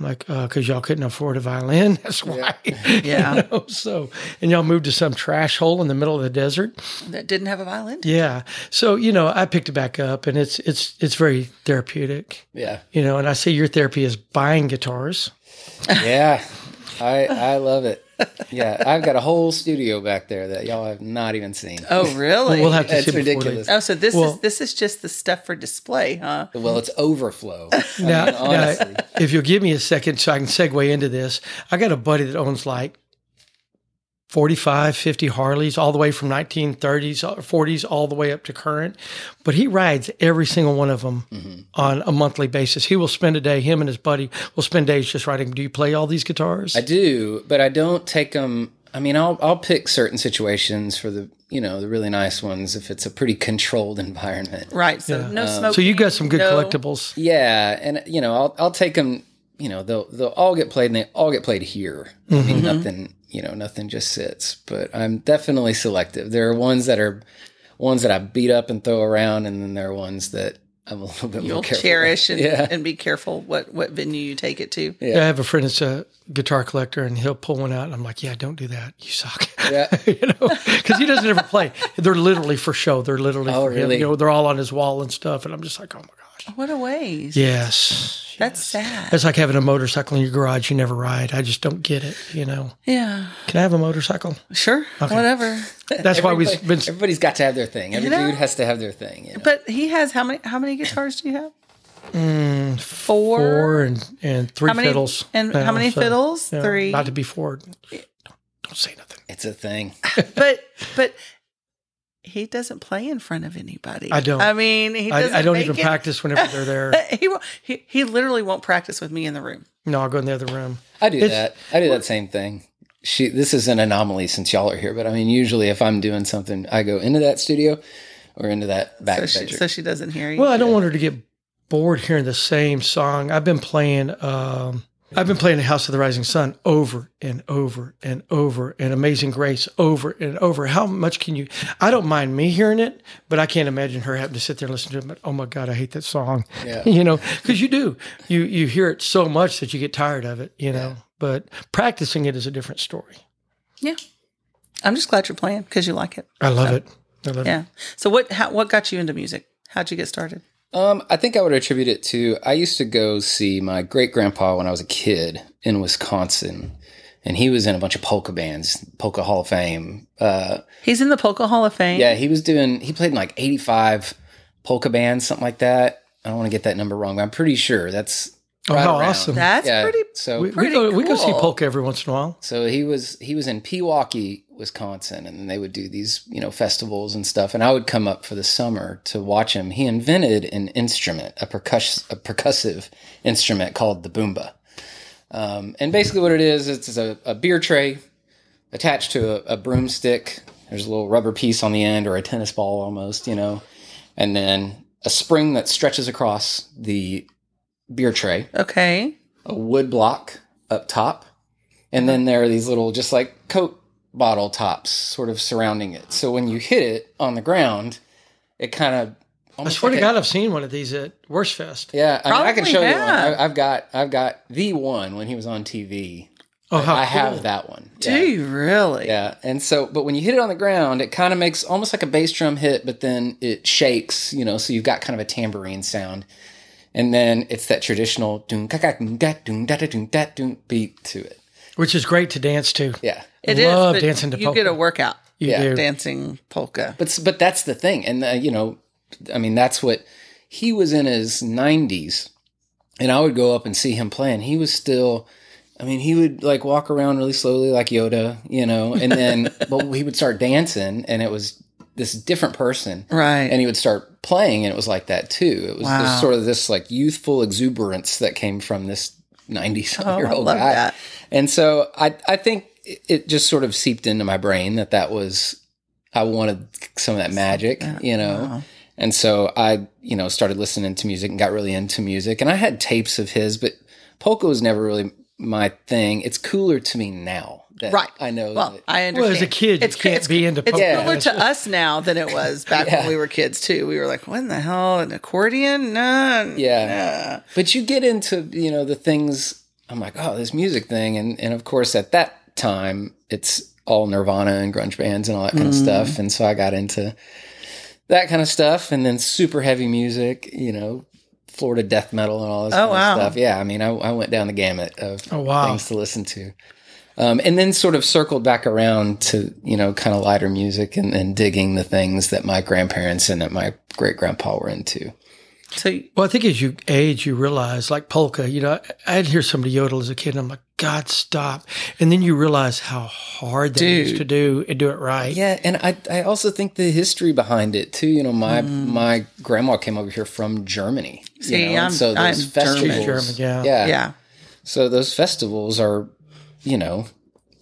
B: I'm like, because y'all couldn't afford a violin. That's why.
A: Yeah.
B: You know, So, and y'all moved to some trash hole in the middle of the desert.
A: That didn't have a violin.
B: Yeah. So, you know, I picked it back up and it's it's it's very therapeutic.
C: Yeah.
B: You know, and I say your therapy is buying guitars.
C: Yeah. I I love it. Yeah. I've got a whole studio back there that y'all have not even seen.
A: Oh, really?
B: We'll have to
C: That's
B: see before
C: ridiculous.
B: they-
A: Oh, so this
B: Well-
A: is this is just the stuff for display, huh?
C: Oh. Well, it's overflow. I mean,
B: Now,
C: honestly.
B: now, if you'll give me a second so I can segue into this, I got a buddy that owns like 45, 50 Harleys all the way from 1930s, uh, 40s, all the way up to current. But he rides every single one of them
C: Mm-hmm.
B: on a monthly basis. He will spend a day, him and his buddy will spend days just writing, Do you play all these guitars?
C: I do, but I don't take them. I mean, I'll I'll pick certain situations for the you know the really nice ones if it's a pretty controlled environment.
A: Right. So no
C: Um,
A: smoking.
B: so you got some good
A: no-
B: collectibles.
C: Yeah, and you know I'll I'll take them. You know they'll they'll all get played and they all get played here. I
A: Mm-hmm.
C: mean nothing you know nothing just sits. But I'm definitely selective. There are ones that are ones that I beat up and throw around, and then there are ones that I'm a little bit
A: You'll
C: more careful.
A: cherish and,
C: Yeah.
A: and be careful what what venue you take it to.
B: Yeah, I have a friend that's a guitar collector, and he'll pull one out, and I'm like, "Yeah, don't do that. You suck."
C: Yeah.
B: you know, because he doesn't ever play. They're literally for show. They're literally
C: Oh,
B: for him.
C: really?
B: You know, they're all on his wall and stuff, and I'm just like, "Oh my gosh."
A: What a waste.
B: Yes,
A: That's sad.
B: that's like having a motorcycle in your garage you never ride. I just don't get it. You know,
A: yeah.
B: can I have a motorcycle?
A: Sure. Whatever.
B: That's why we've been.
C: Everybody's got to have their thing. Every
A: know?
C: dude has to have their thing. you know?
A: But he has how many how many guitars do you have? four.
B: mm, Four and, and three
A: How many-
B: fiddles.
A: and how many fiddles?
B: yeah,
A: Three.
B: Not to be four. Don't say nothing.
C: It's a thing.
A: But but he doesn't play in front of anybody.
B: I don't.
A: I mean, he doesn't.
B: I, I don't
A: make
B: even
A: it-
B: practice whenever they're there.
A: He, won't- he he literally won't practice with me in the room.
B: No, I'll go in the other room.
C: I do
B: It's-
C: that. I do that same thing. She, this is an anomaly since y'all are here, but I mean, usually if I'm doing something, I go into that studio or into that back
A: So she,
C: bedroom.
A: so she doesn't hear you.
B: Well, I don't want her to get bored hearing the same song. I've been playing. Um, I've been playing House of the Rising Sun over and over and over and Amazing Grace over and over. How much can you? I don't mind me hearing it, but I can't imagine her having to sit there and listen to it. But oh my God, I hate that song.
C: Yeah.
B: you know, because you do. You you hear it so much that you get tired of it. You know, but practicing it is a different story.
A: Yeah. I'm just glad you're playing because you like it.
B: I love it. I love it.
A: Yeah. So what how, what got you into music? How'd you get started?
C: Um, I think I would attribute it to I used to go see my great grandpa when I was a kid in Wisconsin, and he was in a bunch of polka bands, polka Hall of Fame. Uh,
A: He's in the Polka Hall of Fame.
C: yeah, he was doing. He played in like eighty-five polka bands, something like that. I don't want to get that number wrong, but I'm pretty sure that's
B: Oh,
C: right
B: how
C: around.
B: awesome!
A: That's
C: Yeah,
A: pretty
C: So
B: we, we
A: pretty
B: go we go see
A: cool.
B: polka every once in a while.
C: So he was he was in Pewaukee, Wisconsin, and they would do these you know festivals and stuff. And I would come up for the summer to watch him. He invented an instrument, a percuss a percussive instrument called the boomba. Um, and basically, what it is, it's a, a beer tray attached to a, a broomstick. There's a little rubber piece on the end, or a tennis ball almost, you know, and then a spring that stretches across the beer tray
A: Okay.
C: a wood block up top, and then there are these little just like Coke bottle tops sort of surrounding it. So when you hit it on the ground, it kind of
B: I swear to God, I've seen one of these at Worst Fest.
C: yeah, I, mean, I can
A: Probably
C: show you one.
A: have.
C: I, I've got I've got the one when he was on TV.
B: Oh, how
C: I
B: cool.
C: have that one.
A: Do you really?
C: Yeah, and so, but when you hit it on the ground, it kind of makes almost like a bass drum hit, but then it shakes, you know, so you've got kind of a tambourine sound. And then it's that traditional doom ka ka doom da doom da da doom da doom beat to it.
B: which is great to dance to.
C: Yeah.
B: I
A: It is.
B: love
A: but
B: dancing to
A: you
B: polka.
A: get a workout
B: You
C: Yeah,
B: do.
A: dancing polka.
C: But but that's the thing, and uh, you know, I mean, that's what he was in his nineties, and I would go up and see him play, and he was still. I mean, he would like walk around really slowly, like Yoda, you know, and then but he would start dancing, and it was this different person,
A: Right.
C: And he would start playing, and it was like that too. It was
A: Wow.
C: this, sort of this like youthful exuberance that came from this nineties year old
A: Oh, love
C: guy,
A: that.
C: and so I I think it- it just sort of seeped into my brain that that was I wanted some of that magic, you know. And so I, you know, started listening to music and got really into music. And I had tapes of his, but polka was never really my thing. It's cooler to me now. That
A: Right.
C: I know.
A: Well,
C: that-
A: I
B: Well,
A: understand.
B: as a kid, you can't be into
A: It's
B: polka.
C: Yeah.
A: cooler to us now than it was back when
C: Yeah.
A: we were kids too. We were like, "What in the hell? An accordion? No,
C: Yeah.
A: no."
C: but you get into, you know, the things. I'm like, oh, this music thing, and and of course at that time it's all Nirvana and grunge bands and all that kind of stuff. And so I got into that kind of stuff, and then super heavy music, you know. Florida death metal and all this
A: Oh,
C: kind
A: wow.
C: of stuff. Yeah, I mean, I, I went down the gamut of
B: Oh, wow.
C: things to listen to. um, and then sort of circled back around to you know kind of lighter music and, and digging the things that my grandparents and that my great grandpa were into.
A: So
B: Well, I think as you age, you realize, like polka, you know, I'd hear somebody yodel as a kid, and I'm like, God, stop. And then you realize how hard they used
A: Dude.
B: to do and do it right.
C: Yeah, and I I also think the history behind it too. You know, my my grandma came over here from Germany. you
A: Hmm. See,
C: know, and
A: I'm-
C: so
A: I'm
C: those
A: German.
C: festivals,
B: She's German, yeah.
C: yeah,
A: yeah,
C: So those festivals are, you know,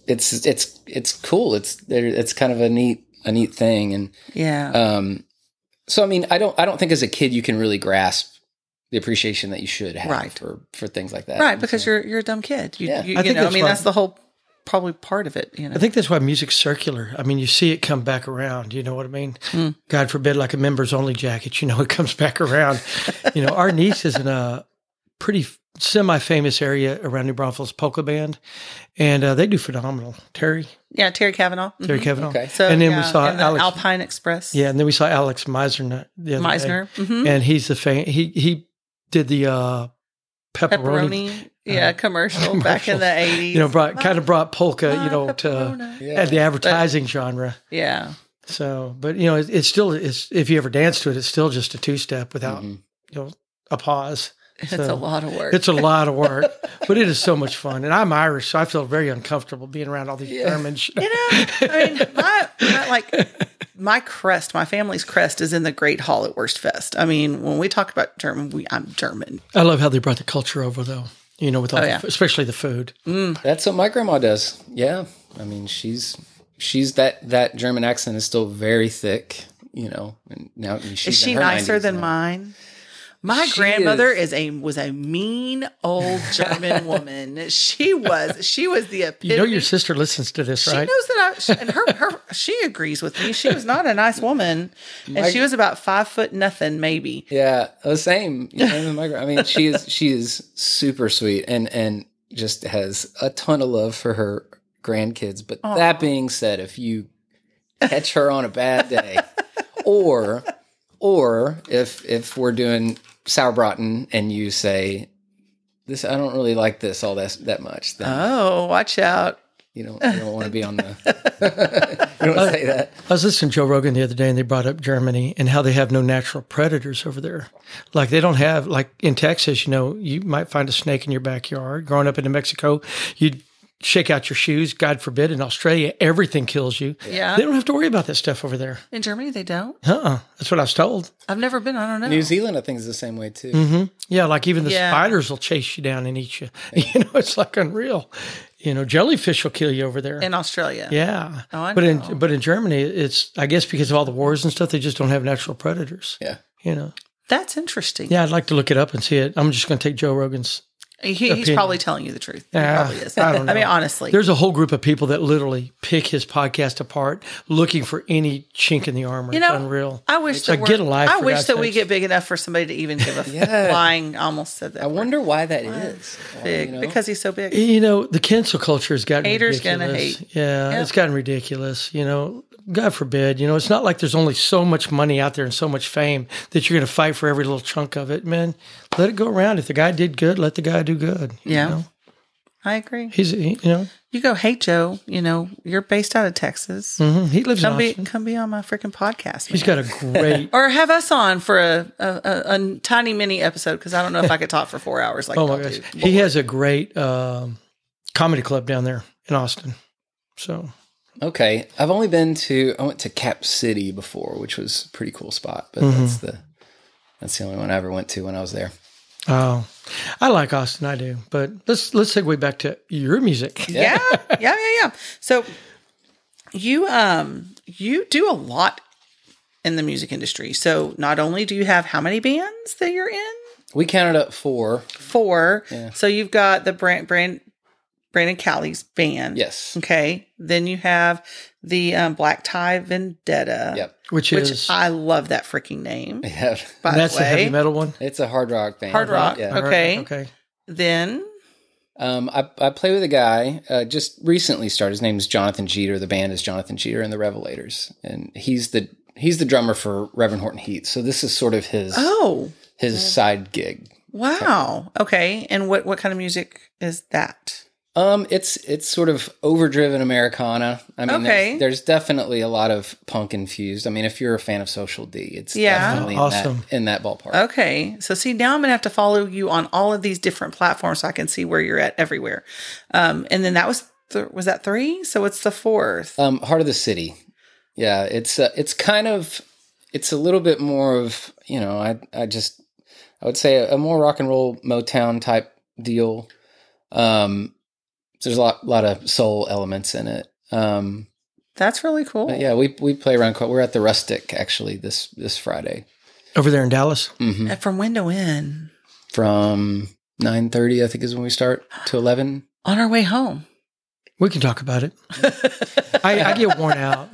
C: it's it's it's cool. It's they're- it's kind of a neat a neat thing and.
A: yeah.
B: Uh,
C: Um, so I mean, I don't, I don't think as a kid you can really grasp the appreciation that you should have
A: Right.
C: for for things like that.
A: right, because you're you're a dumb kid. You,
C: Yeah.
A: you,
B: I
A: you
B: think
A: know, I
B: that's
A: mean,
B: right.
A: that's the whole probably part of it. You know,
B: I think that's why music's circular. I mean, you see it come back around. You know what I mean?
C: Hmm.
B: God forbid, like a members only jacket, you know, it comes back around. you know, our niece is in a pretty semi famous area around New Braunfels polka band, and uh, they do phenomenal. Terry,
A: yeah. Terry Kavanaugh. Mhm.
B: Terry Kavanaugh.
C: Mm-hmm. Okay.
A: So
B: and then we
A: yeah,
B: saw
A: and the
B: Alex.
A: Alpine Express.
B: yeah, and then we saw Alex Meisner. The other
A: Meisner.
B: day.
A: hmm
B: and he's the fan. He he did the uh, pepperoni.
A: Pepperoni. yeah, commercial back in the eighties.
B: You know, brought kind of brought polka. you know, to
C: Yeah.
B: the advertising genre.
A: yeah.
B: So, but you know, it, it's still it's if you ever dance to it, it's still just a two step without you know a pause.
A: Mm-hmm. It's
B: So,
A: a lot of work.
B: It's a lot of work, but it is so much fun. And I'm Irish, so I feel very uncomfortable being around all these Germans.
A: You know, I mean, my, my like my crest, my family's crest is in the Great Hall at Worst Fest. I mean, when we talk about German, we I'm German.
B: I love how they brought the culture over, though. You know, with all,
A: Oh,
B: the
A: yeah. Mm-hmm.
B: f especially the food.
C: That's what my grandma does. Yeah, I mean, she's she's that that German accent is still very thick. You know, and now I mean, she's
A: Is she
C: in her
A: nicer
C: 90s
A: than
C: now.
A: mine? My
C: She
A: grandmother is. a was a mean old German woman. She was she was the epitome.
B: You know, your sister listens to this,
A: she
B: right?
A: knows that I she, and her her she agrees with me. She was not a nice woman, and she was about five foot nothing maybe.
C: Yeah, the same. You know, my, gra- I mean, she is she is super sweet and and just has a ton of love for her grandkids. But that being said, if you catch her on a bad day, or or if if we're doing sauerbraten and you say this, I don't really like this all that that much. Then
A: Oh, watch out!
C: you don't you don't want to be on the. you don't say that.
B: I was listening to Joe Rogan the other day, and they brought up Germany and how they have no natural predators over there. Like they don't have like in Texas, you know, you might find a snake in your backyard. Growing up in New Mexico, you'd shake out your shoes. God forbid, in Australia, everything kills you.
A: Yeah.
B: they don't have to worry about that stuff over there.
A: In Germany, they don't.
B: Uh-uh. That's what I was told.
A: I've never been. I don't know.
C: New Zealand, I think, is the same way too.
B: Yeah, like even the
A: Yeah.
B: spiders will chase you down and eat you. You know, it's like unreal. You know, jellyfish will kill you over there.
A: in Australia.
B: yeah,
A: Oh, I
B: but
A: know.
B: in but in Germany, it's I guess because of all the wars and stuff, they just don't have natural predators.
C: Yeah.
B: You know.
A: That's interesting.
B: Yeah, I'd like to look it up and see it. I'm just going to take Joe Rogan's
A: He, he's
B: Opinion.
A: probably telling you the truth. He
B: Yeah,
A: probably is.
B: I don't know.
A: mean, honestly,
B: There's a whole group of people that literally pick his podcast apart, looking for any chink in the armor.
A: you know,
B: it's unreal.
A: I wish that
B: like,
A: we're-
B: get a life,
A: I
B: for
A: wish
B: God's
A: that we
B: sakes.
A: get big enough for somebody to even give a
C: Yeah.
A: flying. Almost said that.
C: I wonder why that is. Why,
A: big
C: you know?
A: because he's so big.
B: You know, the cancel culture has gotten
A: Haters gonna
B: ridiculous.
A: hate.
B: Yeah,
A: Yep.
B: it's gotten ridiculous. You know, God forbid. You know, it's not like there's only so much money out there and so much fame that you're going to fight for every little chunk of it. Man, let it go around. If the guy did good, let the guy do good. you
A: Yeah.
B: know?
A: I agree.
B: he's he, you know
A: You go, hey Joe. You know, you're based out of Texas.
B: mhm, he lives in
A: Come be,
B: Austin.
A: come be on my freaking podcast.
B: He's
A: man.
B: got a great.
A: or have us on for a, a, a, a tiny mini episode because I don't know if I could talk for four hours like
B: oh my
A: y'all
B: gosh,
A: do.
B: he has a great um, comedy club down there in Austin. So
C: Okay, I've only been to I went to Cap City before, which was a pretty cool spot, but that's the that's the only one I ever went to when I was there.
B: oh, I like Austin. I do. But let's let's segue back to your music.
A: yeah, yeah, yeah, yeah. So you um you do a lot in the music industry. So not only do you have how many bands that you're in?
C: We counted up four.
A: Four. So you've got the brand brand Brandon Callie's band.
C: Yes.
A: Okay. Then you have the um, Black Tie Vendetta.
C: Yep.
B: Which,
A: Which
B: is
A: I love that freaking name.
C: Yeah.
A: By
B: that's
A: the
B: the
A: way.
B: heavy metal one.
C: It's a hard rock band.
A: Hard rock.
C: Yeah.
B: All right,
A: Okay.
B: Okay.
A: Then
C: Um, I, I play with a guy uh, just recently started. His name is Jonathan Jeter. The band is Jonathan Jeter and the Revelators, and he's the he's the drummer for Reverend Horton Heat. So this is sort of his
A: oh
C: his side gig.
A: Wow. Okay. And what what kind of music is that?
C: Um, it's it's sort of overdriven Americana. I mean,
A: Okay.
C: there's, there's definitely a lot of punk infused. I mean, if you're a fan of Social D, it's
A: Yeah.
C: definitely
B: Awesome.
C: in, that, in that ballpark.
A: Okay. So see now I'm gonna have to follow you on all of these different platforms so I can see where you're at everywhere. Um and then that was th- was that three? So it's the
B: Uh,
A: fourth.
C: Um, Heart of the City. Yeah, it's uh, it's kind of it's a little bit more of you know I I just I would say a, more rock and roll Motown type deal. Um, there's a lot lot of soul elements in it. Um,
A: That's really cool.
C: but yeah, we we play around. Quite, we're at the Rustic actually this this Friday.
B: Over there in Dallas.
C: hmm
A: And from when to when?
C: from 9.30 i think is when we start to 11
A: On our way home.
B: We can talk about it. I, I get worn out.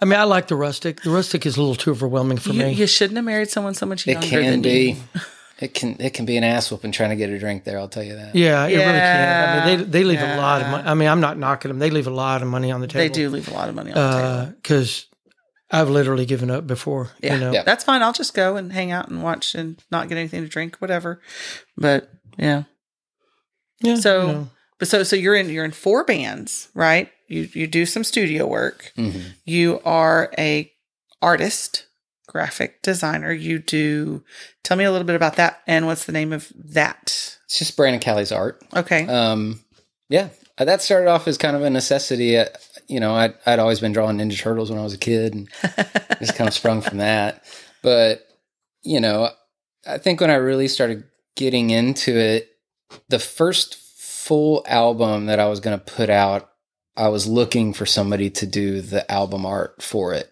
B: I mean, I like the rustic. The rustic is a little too overwhelming for
A: You,
B: me.
A: you shouldn't have married someone so much
C: it
A: younger
C: can
A: than
C: be
A: you.
C: it can it can be an ass whooping trying to get a drink there i'll tell you that
B: yeah, it really can. I mean,
A: Yeah,
B: they they leave a lot of
A: yeah.
B: money. I mean, I'm not knocking them. They leave a lot of money on the table.
A: They do leave a lot of money on the table.
B: because I've literally given up before.
A: Yeah.
B: Uh, You know,
C: Yeah.
A: That's fine. I'll just go and hang out and watch and not get anything to drink, whatever. But yeah.
B: Yeah,
A: So,
B: you know.
A: but so so you're in you're in four bands, right? You you do some studio work.
C: Mhm.
A: You are a artist, graphic designer. You do. Tell me a little bit about that, and what's the name of that?
C: it's just brandon callie's art
A: Okay.
C: um yeah Uh, that started off as kind of a necessity Uh, you know I'd, I'd always been drawing ninja turtles when i was a kid and just kind of sprung from that but you know i think when i really started getting into it the first full album that i was going to put out i was looking for somebody to do the album art for it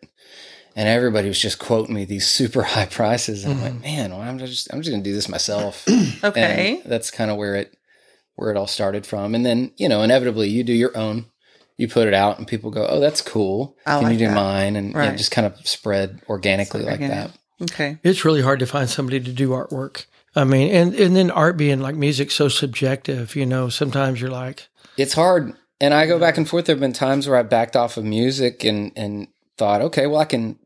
C: and everybody was just quoting me these super high prices and i'm like man well, i'm just i'm just going to do this myself
A: okay.
C: and that's kind of where it where it all started from. And then, you know, inevitably you do your own. You put it out and people go, Oh, that's cool.
A: I
C: Can
A: like
C: you do
A: that."
C: mine? And yeah,
A: Right.
C: just kind of spread organically like
A: Organic.
C: that.
A: okay.
B: it's really hard to find somebody to do artwork. I mean, and and then art being like music, so subjective. You know, sometimes you're like,
C: It's hard. And I go back and forth. There have been times where I backed off of music and and thought, okay, well I can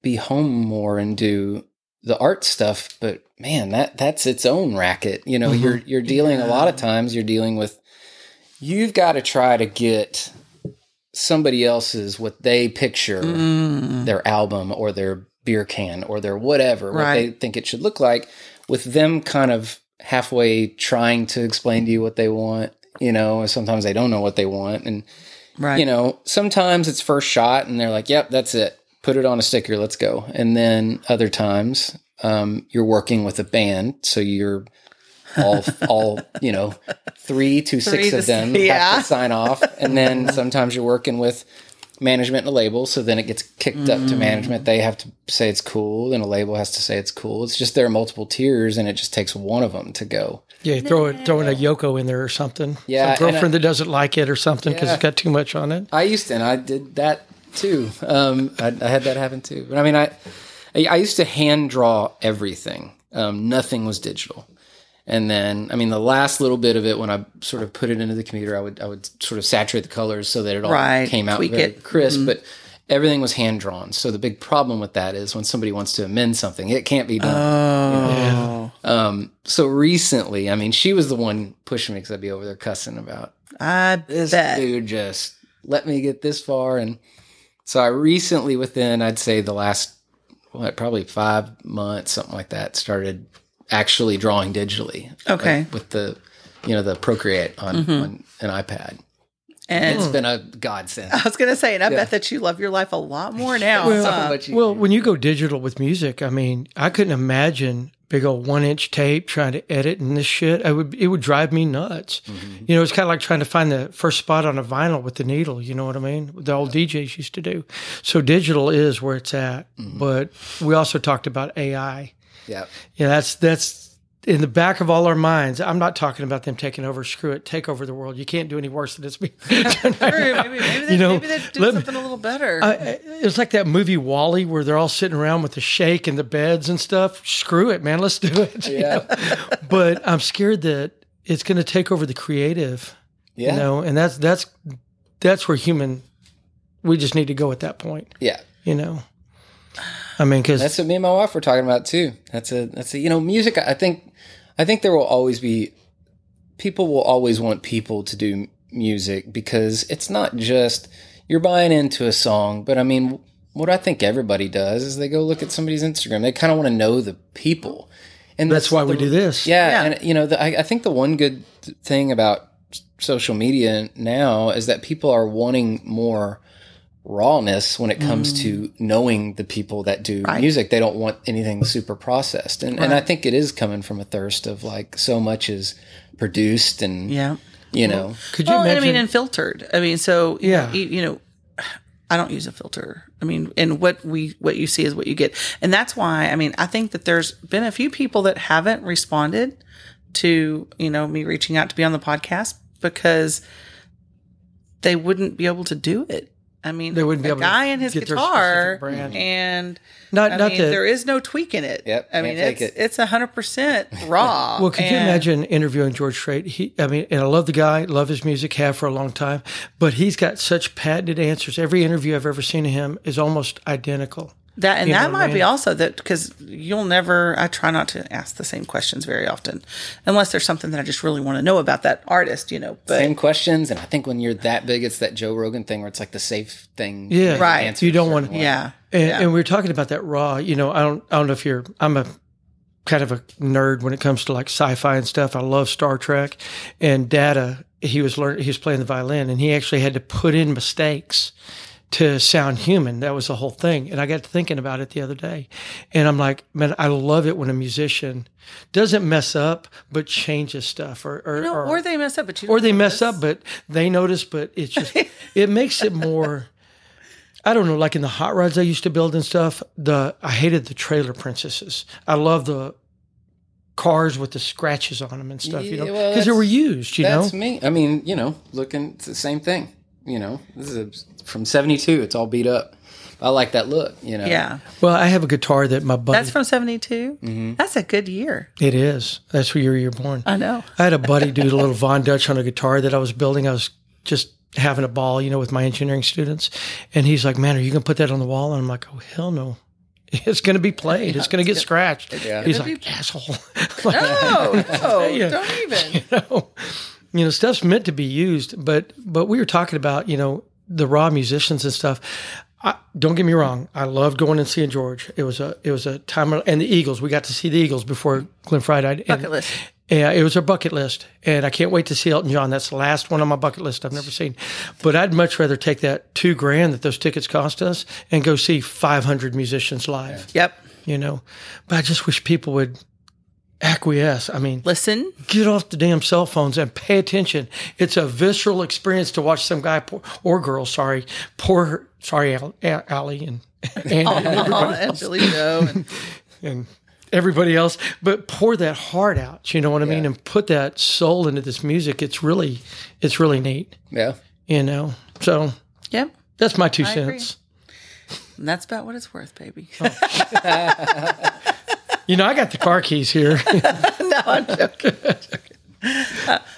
C: be home more and do the art stuff, but man, that that's its own racket. You know, you're you're dealing a lot of times you're dealing with you've got to try to get somebody else's what they picture
A: Mm,
C: their album or their beer can or their whatever what they
A: Right.
C: think it should look like with them kind of halfway trying to explain to you what they want you know and sometimes they don't know what they want and
A: Right.
C: you know sometimes it's first shot and they're like yep that's it put it on a sticker let's go and then other times um, you're working with a band so you're all all you know three to
A: Three
C: six
A: to
C: of them
A: s-
C: have
A: yeah.
C: to sign off and then sometimes you're working with management and a label so then it gets kicked up to management they have to say it's cool then a label has to say it's cool it's just there are multiple tiers and it just takes one of them to go
B: Yeah, throw it, throwing a Yoko in there or something.
C: Yeah,
B: Some
C: and
B: girlfriend
C: I-
B: that doesn't like it or something because
C: Yeah.
B: it's got too much on it.
C: I used to, and I did that too. Um, I, I had that happen too. But I mean, I I I used to hand draw everything. Um, nothing was digital. And then, I mean, the last little bit of it, when I sort of put it into the computer, I would I would sort of saturate the colors so that it all
A: Right,
C: came out
A: tweak
C: very
A: it. Mm-hmm.
C: crisp. But everything was hand drawn. So the big problem with that is when somebody wants to amend something, it can't be done.
A: Oh,
C: Um, so recently, I mean, she was the one pushing me because I'd be over there cussing about
A: I
C: this
A: bet.
C: dude just let me get this far and so i recently within i'd say the last what probably five months something like that started actually drawing digitally
A: Okay.
C: like, with the you know the procreate on, on an ipad
A: And
B: Mm.
C: it's been a godsend
A: I was going to say, and I bet that you love your life a lot more now. Uh,
C: So
A: huh?
C: much easier.
B: Well, when you go digital with music, I mean, I couldn't imagine big old one inch tape trying to edit and this shit. I would it would drive me nuts.
A: Mm-hmm.
B: You know, it's kind of like trying to find the first spot on a vinyl with the needle. You know what I mean? The old DJs used to do. So digital is where it's at.
A: Mm-hmm.
B: But we also talked about AI.
C: yeah
B: Yeah, that's that's in the back of all our minds. I'm not talking about them taking over. Screw it, take over the world. You can't do any worse than it's me.
A: True. Maybe, maybe they,
B: You know,
A: maybe they do
B: let me-
A: something a little better.
B: I- I- it's like that movie Wally where they're all sitting around with the shake and the beds and stuff. Screw it, man. Let's do it. you know? but I'm scared that it's going to take over the creative,
C: yeah
B: you know, and that's that's that's where human. We just need to go at that point,
C: yeah
B: you know. I mean, because
C: That's what me and my wife were talking about too. That's a that's a you know music. I think I think there will always be people will always want people to do music because it's not just you're buying into a song. But I mean, what I think everybody does is they go look at somebody's Instagram. They kind of want to know the people, and
B: that's why we do this.
C: yeah,
A: Yeah.
C: and you know, the, I, I think the one good th- thing about s- social media now is that people are wanting more rawness when it comes to knowing the people that do
A: Mm. Right.
C: music. They don't want anything super processed, and and I think it is coming from a thirst of like so much is produced and
A: yeah.
C: you know.
B: Could you
A: Well, and I
B: imagine?
A: mean, and filtered. I mean, so you
B: Yeah.
A: know, you, you know, I don't use a filter. I mean, and what we what you see is what you get, and that's why. I mean, I think that there's been a few people that haven't responded to you know me reaching out to be on the podcast because they wouldn't be able to do it. I mean,
B: They wouldn't be
A: a
B: able to
A: guy and his
B: get their
A: guitar
B: specific brand.
A: and.
B: not
A: I
B: not
A: mean,
B: that
A: there is no tweaking it.
C: Yep,
A: I mean,
C: can't
A: it's
C: fake it.
A: it's hundred percent raw.
B: Well, could you
A: and-
B: imagine interviewing George Strait? He, I mean, and I love the guy, love his music, have for a long time, but he's got such patented answers. Every interview I've ever seen of him is almost identical.
A: That and
B: You know
A: that
B: what I
A: might be
B: mean?
A: also that because you'll never. I try not to ask the same questions very often, unless there's something that I just really want to know about that artist, you know. But
C: Same questions, and I think when you're that big, it's that Joe Rogan thing where it's like the safe thing.
B: Yeah.
C: to
A: Right.
C: answer
B: You
C: a
B: don't
C: certain
B: wanna-
C: way.
A: yeah,
B: And,
A: Yeah.
B: and we were talking about that raw. You know, I don't, I don't know if you're. I'm a kind of a nerd when it comes to like sci-fi and stuff. I love Star Trek, and Data. He was learning. He was playing the violin, and he actually had to put in mistakes to sound human. That was the whole thing. And I got to thinking about it the other day, and I'm like, man, I love it when a musician doesn't mess up but changes stuff, or or
A: No, or they mess up, but you
B: or they mess up, but they notice. But it's just it makes it more. I don't know, like in the hot rods I used to build and stuff. The I hated the trailer princesses. I love the cars with the scratches on them and stuff. You know, because
C: Yeah, well,
B: they
C: that's-
B: were used. You know,
C: That's me. I mean, you know, looking it's the same thing. You know, this is a, from '72. It's all beat up. I like that look. You know,
A: yeah,
B: well, I have a guitar that my buddy.
A: that's from '72. That's a good year.
B: it is. That's where you're, you're born.
A: I know.
B: Mm-hmm. I had a buddy do a little Von Dutch on a guitar that I was building. I was just having a ball, you know, with my engineering students. And he's like, Man, are you going to put that on the wall? And I'm like, Oh, hell no. It's going to be played. It's going to get scratched. He's like, Asshole. Like,
A: No, no,
B: Yeah.
A: don't even.
B: you know, you know, stuff's meant to be used, but but we were talking about you know the raw musicians and stuff. I, don't get me wrong, I loved going and seeing George. It was a it was a time and the Eagles. We got to see the Eagles before Glenn Fry died. And-
A: Bucket list.
B: Yeah, it was a bucket list, and I can't wait to see Elton John. That's the last one on my bucket list I've never seen. But I'd much rather take that two grand that those tickets cost us and go see five hundred musicians live.
A: Yep.
B: You know, but I just wish people would acquiesce. I mean,
A: Listen,
B: get off the damn cell phones and pay attention. It's a visceral experience to watch some guy pour, or girl, sorry, pour, her- sorry, Al- Al- Allie and, and
A: Aw, and Billy Joe, and
B: and everybody else, but pour that heart out. You know what I mean?
C: Yeah.
B: And put that soul into this music. It's really, it's really neat.
C: Yeah.
B: You know, so
A: Yep.
B: that's my two
A: I agree.
B: cents.
A: And that's about what it's worth, baby.
B: Oh. You know, I got the car keys here.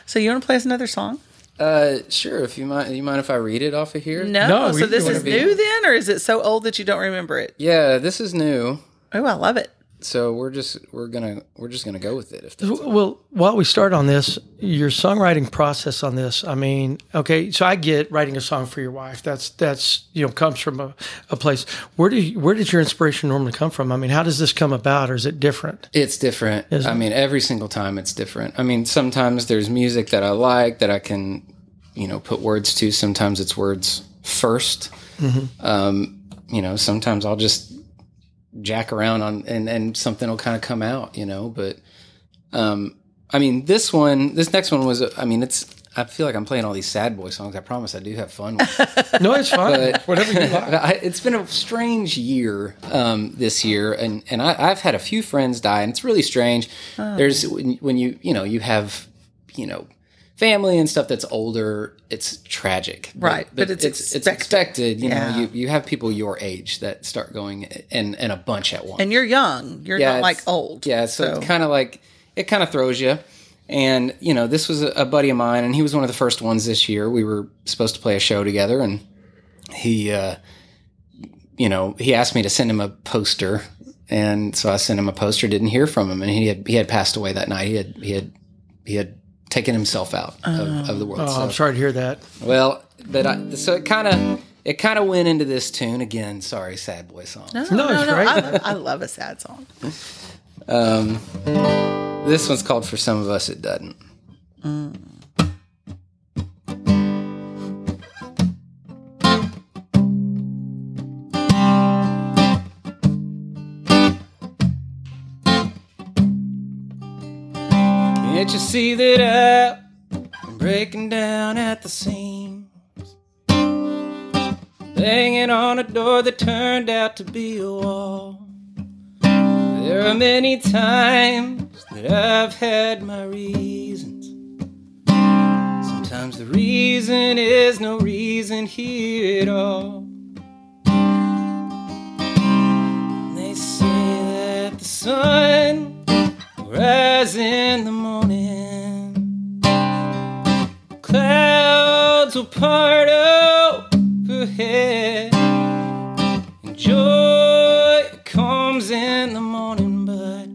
A: so you want to play us another song?
C: Uh, sure. If you mind, you mind if I read it off of here?
A: No.
B: No,
A: so
B: you
A: this
B: wanna
A: is
C: be-
A: new then, or is it so old that you don't remember it?
C: Yeah, this is new,
A: Oh, I love it.
C: so we're just we're gonna we're just gonna go with it. If that's
B: well, while we start on this, your songwriting process on this. I mean, okay, so I get writing a song for your wife. That's that's you know comes from a, a place. Where do you, where does your inspiration normally come from? I mean, how does this come about, or is it different?
C: It's different. I mean, every single time it's different. I mean, sometimes there's music that I like that I can, you know, put words to. Sometimes it's words 1st Um, you know, sometimes I'll just jack around on and, and something will kind of come out, you know, but, um, I mean, this one, this next one was, I mean, it's, I feel like I'm playing all these sad boy songs. I promise I do have fun with
B: No, it's fine.
C: But-
B: Whatever you like.
C: I, it's been a strange year um, this year, and and I, I've had a few friends die, and it's really strange.
A: Ah.
C: There's when, when you you know you have you know family and stuff that's older, it's tragic, But-
A: Right, but it's
C: it's
A: expected.
C: expected. You
A: Yeah.
C: know, you, you have people your age that start going in in a bunch at once
A: And you're young. You're not like
C: it's-
A: old.
C: Yeah, so, it's kind of like it kind of throws you. And you know, this was a, a buddy of mine, and he was one of the first ones this year. We were supposed to play a show together, and he, uh, you know, he asked me to send him a poster, and so I sent him a poster. Didn't hear from him, and he had he had passed away that night. He had he had he had taken himself out of, of the world.
B: Oh,
C: So-
B: I'm sorry to hear that.
C: well, but I, so it kind of it kind of went into this tune again. Sorry, sad boy song.
B: No, it's right.
A: I, love, I love a sad song.
C: Um, This one's called For Some of Us It Doesn't. Can't you see that I'm breaking down at the seams? Banging on a door that turned out to be a wall. There are many times that I've had my reasons. Sometimes the reason is no reason here at all. They say that the sun will rise in the morning. Clouds will part overhead. And joy comes in the morning, but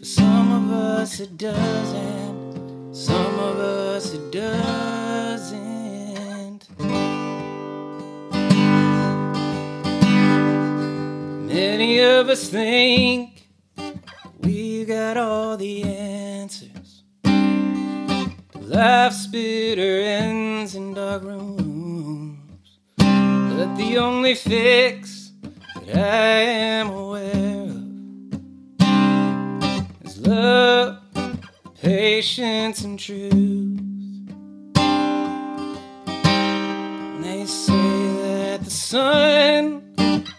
C: for some of us it doesn't. Some of us it doesn't. Many of us think we got all the answers. Life's bitter ends in dark rooms, but the only fix that I am aware of is love, patience, and truth. And they say that the sun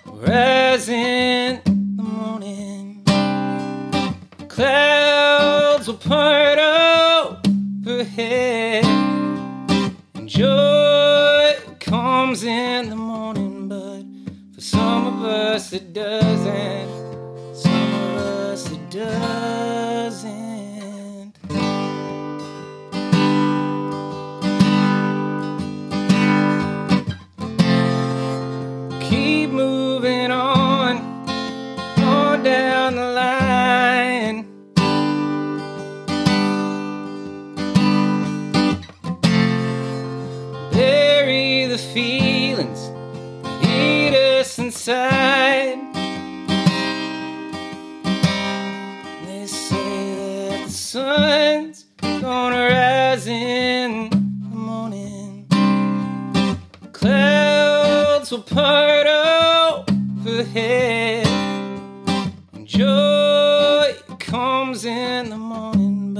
C: will rise in the morning, clouds will part overhead, and joy comes in the morning, but for some of us it doesn't. Some of us it doesn't. Keep moving on, on down the line. Bury the feelings eat us inside. They say that the sun's gonna rise in the morning. Clouds will part overhead. And joy comes in the morning,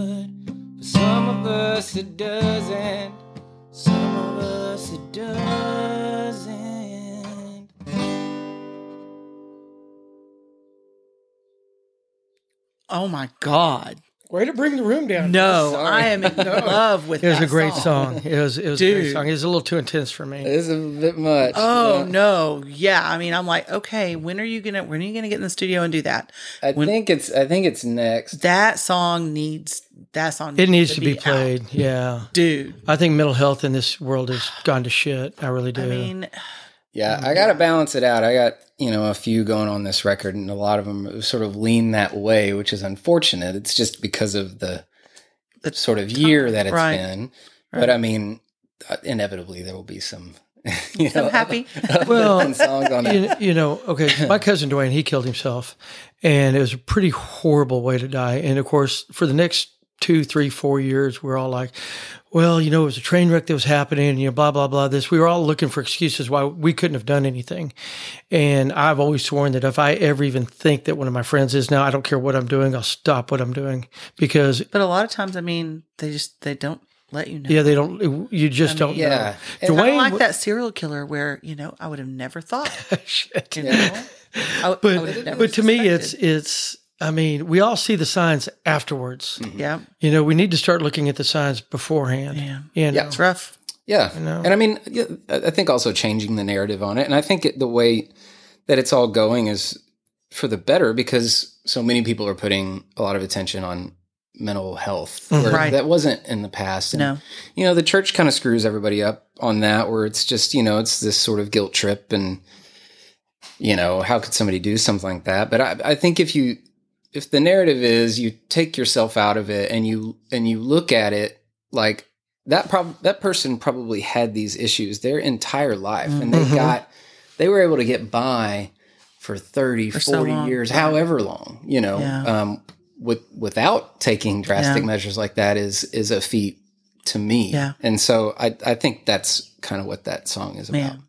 C: but for some of us it doesn't. Some of us it doesn't.
A: Oh my God.
B: Way to bring the room down.
A: No, Oh, I am in love with
B: It was
A: that
B: a great
A: song.
B: song. It was it was a great
A: Dude.
B: song. It was a little too intense for me.
C: It's a bit much.
A: Oh
C: Yeah.
A: no, yeah. I mean, I'm like, okay, when are you gonna when are you gonna get in the studio and do that?
C: I
A: when-
C: think it's I think it's next.
A: That song needs that song.
B: It needs to be
A: out.
B: played. Yeah.
A: dude.
B: I think mental health in this world has gone to shit. I really do.
A: I mean,
C: Yeah, I got to balance it out. I got you know a few going on this record, and a lot of them sort of lean that way, which is unfortunate. It's just because of the
A: The
C: sort of year that it's
A: Right.
C: been. But I mean, uh, inevitably there will be some. You
A: so
C: know,
A: happy.
B: Well,
C: well, songs on it.
B: you, you know, okay, my cousin Dwayne, he killed himself, and it was a pretty horrible way to die. And of course, for the next two, three, four years, we're all like, well, you know, it was a train wreck that was happening, and you know, blah, blah, blah. This, we were all looking for excuses why we couldn't have done anything. And I've always sworn that if I ever even think that one of my friends is now, I don't care what I'm doing, I'll stop what I'm doing because,
A: but a lot of times, I mean, they just they don't let you know.
B: yeah, they don't, you just don't know.
C: yeah,
A: It's not
B: Dwayne
A: like
B: w-
A: that serial killer where you know I would have never thought.
B: Shit.
A: You know? I,
B: But,
A: I would have never
B: but to me, it's,
A: suspected.
B: it's, I mean, we all see the signs afterwards.
A: yeah,
B: You know, we need to start looking at the signs beforehand.
A: Yeah.
B: You know?
C: Yeah.
A: it's rough.
C: Yeah.
B: know?
C: And I mean, yeah, I I think also changing the narrative on it. And I think it, the way that it's all going is for the better because so many people are putting a lot of attention on mental health. where
A: Mm-hmm. Right.
C: That wasn't in the past. And,
A: No.
C: You know, the church kind of screws everybody up on that where it's just, you know, it's this sort of guilt trip and, you know, how could somebody do something like that? But I, I think if you, if the narrative is you take yourself out of it and you and you look at it like that prob- that person probably had these issues their entire life and they
A: Mm-hmm.
B: Mhm.
C: got they were able to get by for 30
A: For so
C: 40
A: long,
C: years
A: right.
C: however long you know
A: Yeah.
C: um with without taking drastic
A: Yeah.
C: measures like that is is a feat to me
A: Yeah.
C: and so i i think that's kind of what that song is about
A: Man.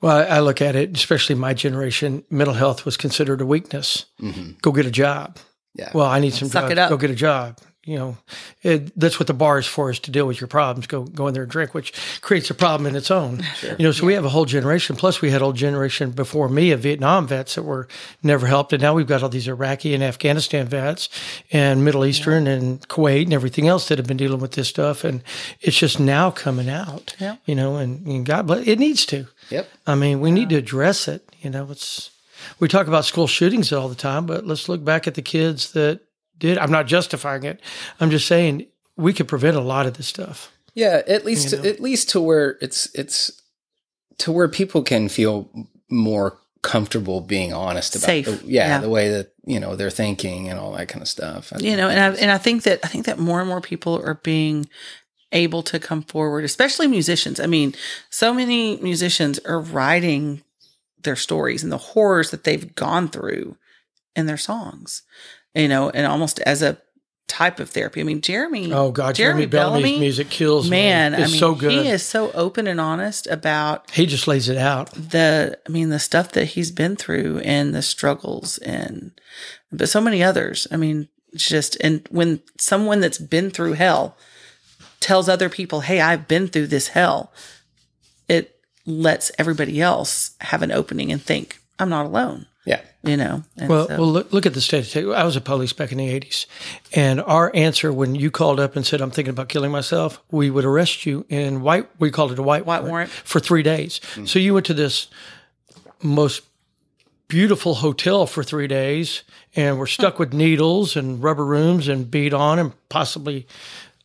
B: Well, I, I look at it, especially my generation, mental health was considered a weakness.
C: hmm
B: Go get a job.
C: Yeah.
B: Well, I need some
A: Mm-hmm. Suck
B: drugs.
A: it up.
B: Go get a job. You know, it, that's what the bar is for is to deal with your problems. Go go in there and drink, which creates a problem in its own. You know, so we have a whole generation. Plus, we had old generation before me of Vietnam vets that were never helped, and now we've got all these Iraqi and Afghanistan vets and Middle Eastern and Kuwait and everything else that have been dealing with this stuff, and it's just now coming out.
A: Yeah.
B: You know, and, and God bless. It needs to.
C: yep
B: I mean, we need to address it. You know, it's we talk about school shootings all the time, but let's look back at the kids that did. I'm not justifying it. I'm just saying we could prevent a lot of this stuff.
C: Yeah, at least
B: You know?
C: at least to where it's it's to where people can feel more comfortable being honest about
A: Safe,
C: The, yeah,
A: yeah.
C: the way that you know they're thinking and all that kind of stuff. I
A: you know and I, and I think that i think that more and more people are being able to come forward especially musicians i mean so many musicians are writing their stories and the horrors that they've gone through in their songs you know and almost as a type of therapy i mean jeremy
B: Oh God, Jeremy, Bellamy's music kills
A: man
B: me. It's
A: i mean
B: so good.
A: he is so open and honest about
B: He just lays it out.
A: the i mean the stuff that he's been through and the struggles and but so many others i mean it's just and when someone that's been through hell tells other people hey i've been through this hell it lets everybody else have an opening and think i'm not alone
C: yeah,
A: you know and
B: Well,
A: so-
B: well, look, look at the state. of Texas. I was a police back in the '80s, and our answer when you called up and said, "I'm thinking about killing myself," we would arrest you in white. We called it a white
A: White warrant.
B: for three days.
A: Mm-hmm.
B: So you went to this most beautiful hotel for three days, and were stuck with needles and rubber rooms and beat on and possibly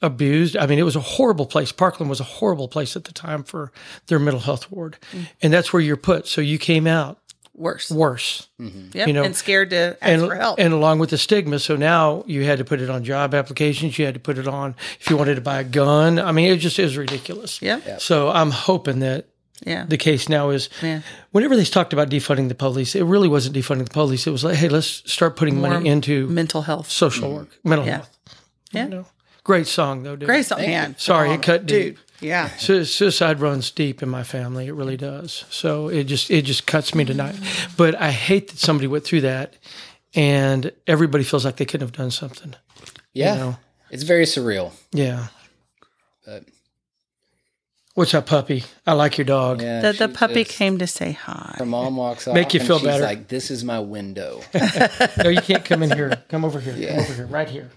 B: abused. I mean, it was a horrible place. Parkland was a horrible place at the time for their mental health ward,
A: Mm.
B: and that's where you're put. So you came out
A: worse
B: worse
A: yep,
B: know,
A: and scared to ask
B: and,
A: for help
B: and along with the stigma. So now you had to put it on job applications. You had to put it on if you wanted to buy a gun. I mean, it just is ridiculous.
A: yeah
B: So I'm hoping that
A: yeah
B: the case now is
A: Yeah.
B: whenever they talked about defunding the police, it really wasn't defunding the police. It was like, hey, let's start putting money into
A: mental health
B: social work, mental
A: Yeah.
B: health.
A: Yeah.
B: You know? Great song, though, dude.
A: grace oh, man
B: Sorry, it cut
A: dude
B: deep.
A: yeah
B: Su- suicide runs deep in my family. It really does. So it just it just cuts me tonight. But I hate that somebody went through that, and everybody feels like they couldn't have done something.
C: yeah.
B: know.
C: It's very surreal.
B: Yeah. What's up, puppy? I like your dog.
C: Yeah,
A: That the
C: she
A: puppy
C: just-
A: came to say hi.
C: Her mom walks off.
B: Make you
C: and
B: feel
C: she's
B: better.
C: Like this is my window.
B: No, you can't come in here. Come over here.
C: Yeah.
B: Come over here. Right here.